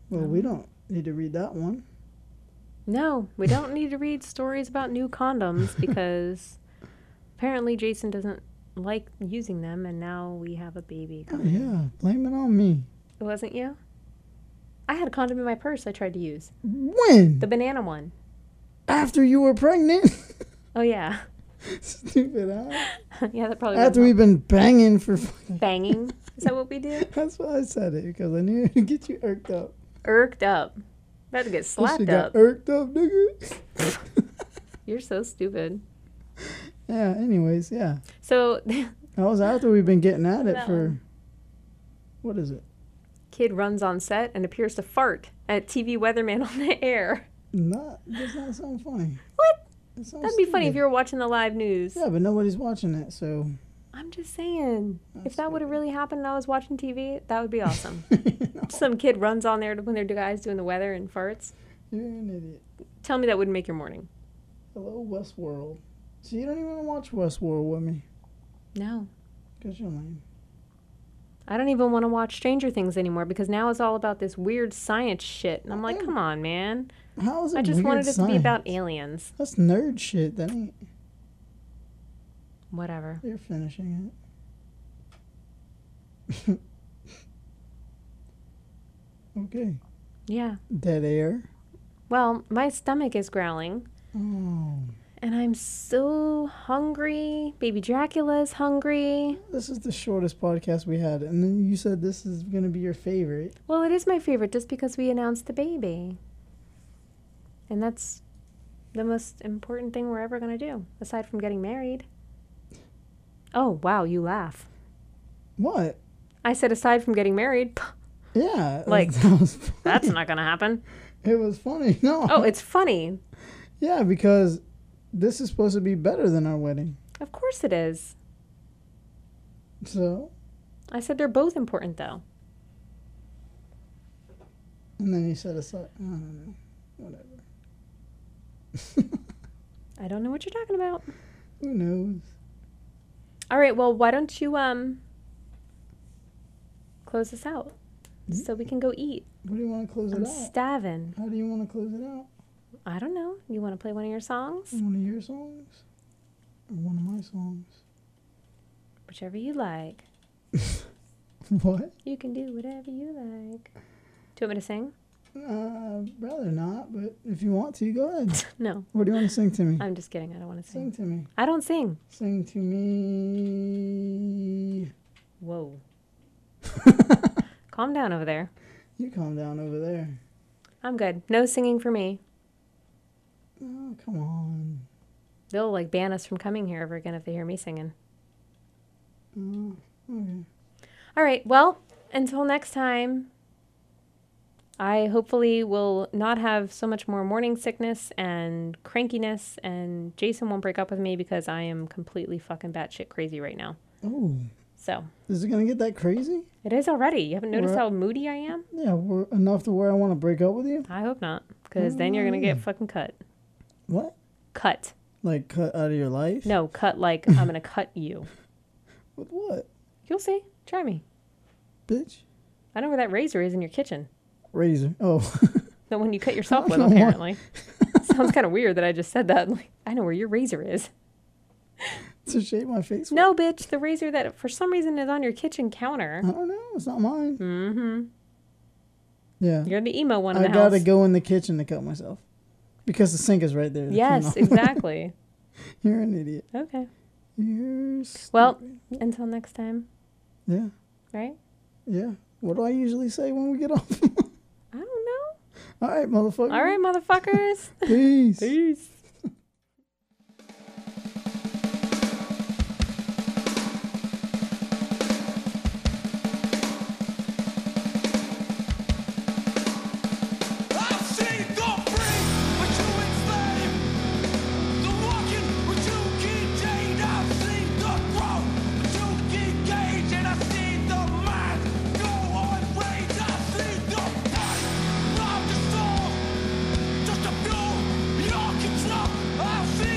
[SPEAKER 1] Well,
[SPEAKER 2] Oh.
[SPEAKER 1] we don't need to read that one.
[SPEAKER 2] No, we don't need to read stories about new condoms because apparently Jason doesn't like using them, and now we have a baby.
[SPEAKER 1] Oh,
[SPEAKER 2] It
[SPEAKER 1] yeah, blame it on me.
[SPEAKER 2] wasn't you? I had a condom in my purse I tried to use.
[SPEAKER 1] When?
[SPEAKER 2] The banana one.
[SPEAKER 1] After you were pregnant?
[SPEAKER 2] Oh, yeah.
[SPEAKER 1] Stupid ass.
[SPEAKER 2] yeah, that probably
[SPEAKER 1] After
[SPEAKER 2] was
[SPEAKER 1] we've been banging for. fucking-
[SPEAKER 2] banging. Is that what we did?
[SPEAKER 1] That's why I said it, because I knew it would get you irked up.
[SPEAKER 2] Irked up. About to get
[SPEAKER 1] You
[SPEAKER 2] slapped
[SPEAKER 1] got
[SPEAKER 2] up.
[SPEAKER 1] irked up, nigga.
[SPEAKER 2] You're so stupid.
[SPEAKER 1] Yeah, anyways, yeah.
[SPEAKER 2] So,
[SPEAKER 1] That was after we've been getting at it
[SPEAKER 2] That
[SPEAKER 1] for. What is it?
[SPEAKER 2] kid runs on set and appears to fart at TV weatherman on the air.
[SPEAKER 1] Not does not sound funny.
[SPEAKER 2] What?
[SPEAKER 1] It sounds
[SPEAKER 2] That'd be funny if
[SPEAKER 1] stupid.
[SPEAKER 2] you were watching the live news.
[SPEAKER 1] Yeah, but nobody's watching it, so
[SPEAKER 2] I'm just saying, if that would have really happened and I was watching TV, that would be awesome. Some kid runs on there to- when their guy's doing the weather and farts.
[SPEAKER 1] You're an idiot.
[SPEAKER 2] Tell me that wouldn't make your morning.
[SPEAKER 1] Hello, Westworld. See, you don't even want to watch Westworld with me
[SPEAKER 2] No.
[SPEAKER 1] because you're lame.
[SPEAKER 2] I don't even want to watch Stranger Things anymore because now it's all about this weird science shit. And I'm like,
[SPEAKER 1] Okay.
[SPEAKER 2] come on, man.
[SPEAKER 1] How is it
[SPEAKER 2] I just
[SPEAKER 1] weird
[SPEAKER 2] wanted it to be about
[SPEAKER 1] science?
[SPEAKER 2] aliens.
[SPEAKER 1] That's nerd shit. That ain't.
[SPEAKER 2] Whatever.
[SPEAKER 1] You're finishing it. okay.
[SPEAKER 2] Yeah.
[SPEAKER 1] Dead air.
[SPEAKER 2] Well, my stomach is growling
[SPEAKER 1] Oh,
[SPEAKER 2] and I'm so hungry. Baby Dracula is hungry.
[SPEAKER 1] this is the shortest podcast we had, and then you said this is gonna be your favorite.
[SPEAKER 2] Well, it is my favorite just because we announced the baby. And that's the most important thing we're ever going to do, aside from getting married. Oh, wow, you laugh.
[SPEAKER 1] What?
[SPEAKER 2] I said, aside from getting married, Pah,
[SPEAKER 1] Yeah.
[SPEAKER 2] Like,
[SPEAKER 1] that was funny.
[SPEAKER 2] that's not going to happen.
[SPEAKER 1] It was funny. No.
[SPEAKER 2] Oh, it's funny.
[SPEAKER 1] yeah, because this is supposed to be better than our wedding.
[SPEAKER 2] Of course it is.
[SPEAKER 1] So,
[SPEAKER 2] I said they're both important, though.
[SPEAKER 1] and then you said aside. I don't know. Whatever.
[SPEAKER 2] I don't know what you're talking about.
[SPEAKER 1] Who knows?
[SPEAKER 2] All right, well, why don't you um close this out so we can go eat?
[SPEAKER 1] What do you want to close
[SPEAKER 2] I'm
[SPEAKER 1] it out?
[SPEAKER 2] starving.
[SPEAKER 1] How do you want to close it out?
[SPEAKER 2] I don't know. You want to play one of your songs?
[SPEAKER 1] One of your songs, or one of my songs?
[SPEAKER 2] Whichever you like.
[SPEAKER 1] What?
[SPEAKER 2] You can do whatever you like. Do you want me to sing?
[SPEAKER 1] Uh, rather not. But if you want to, go ahead.
[SPEAKER 2] No,
[SPEAKER 1] What do you want to sing to me?
[SPEAKER 2] I'm just kidding. I don't want to
[SPEAKER 1] Sing to
[SPEAKER 2] sing.
[SPEAKER 1] me.
[SPEAKER 2] I don't sing.
[SPEAKER 1] Sing to me.
[SPEAKER 2] Whoa. Calm down over there.
[SPEAKER 1] You calm down over there.
[SPEAKER 2] I'm good. No singing for me.
[SPEAKER 1] Oh, come on.
[SPEAKER 2] They'll like ban us from coming here ever again if they hear me singing.
[SPEAKER 1] Okay.
[SPEAKER 2] All right. Well, until next time, I hopefully will not have so much more morning sickness and crankiness, and Jason won't break up with me because I am completely fucking batshit crazy right now.
[SPEAKER 1] Oh,
[SPEAKER 2] So
[SPEAKER 1] is it gonna get that crazy?
[SPEAKER 2] it is already. You haven't noticed
[SPEAKER 1] We're-
[SPEAKER 2] how moody I am?
[SPEAKER 1] Yeah, we're enough to where I want to break up with you.
[SPEAKER 2] I hope not, because then you're gonna get fucking cut.
[SPEAKER 1] What?
[SPEAKER 2] Cut.
[SPEAKER 1] Like cut out of your life?
[SPEAKER 2] No, cut like I'm gonna cut you.
[SPEAKER 1] With what,
[SPEAKER 2] You'll see. Try me.
[SPEAKER 1] bitch?
[SPEAKER 2] I know where that razor is in your kitchen.
[SPEAKER 1] Razor. Oh,
[SPEAKER 2] The one you cut yourself with, apparently. Sounds kind of weird that I just said that. Like, I know where your razor is.
[SPEAKER 1] to shave my face. with?
[SPEAKER 2] No, bitch, the razor that for some reason is on your kitchen counter.
[SPEAKER 1] I don't know. It's not mine. Mm-hmm. Yeah.
[SPEAKER 2] You're the emo one in
[SPEAKER 1] I
[SPEAKER 2] the
[SPEAKER 1] gotta
[SPEAKER 2] house.
[SPEAKER 1] go in the kitchen to cut myself because the sink is right there. It came
[SPEAKER 2] Yes,
[SPEAKER 1] off.
[SPEAKER 2] exactly.
[SPEAKER 1] You're an idiot.
[SPEAKER 2] Okay.
[SPEAKER 1] You're. St-
[SPEAKER 2] Well, until next time,
[SPEAKER 1] yeah.
[SPEAKER 2] right?
[SPEAKER 1] Yeah. What do I usually say when we get off?
[SPEAKER 2] I don't know.
[SPEAKER 1] All right, motherfucker.
[SPEAKER 2] All right, motherfuckers.
[SPEAKER 1] Peace.
[SPEAKER 2] Peace.
[SPEAKER 6] I've seen go free, but you enslave. The walking, but you keep chained. I've seen the growth, but you keep caged. And I've seen the mind go on rage. I've seen the fight, rob the soul, just a few, your control.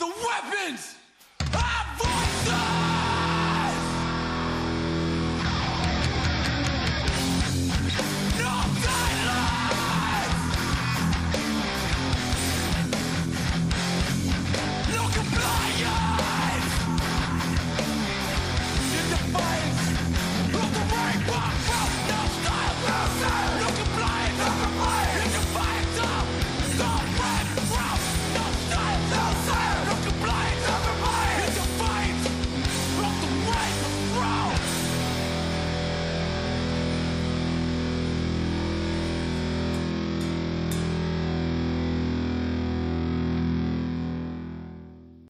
[SPEAKER 6] weapons!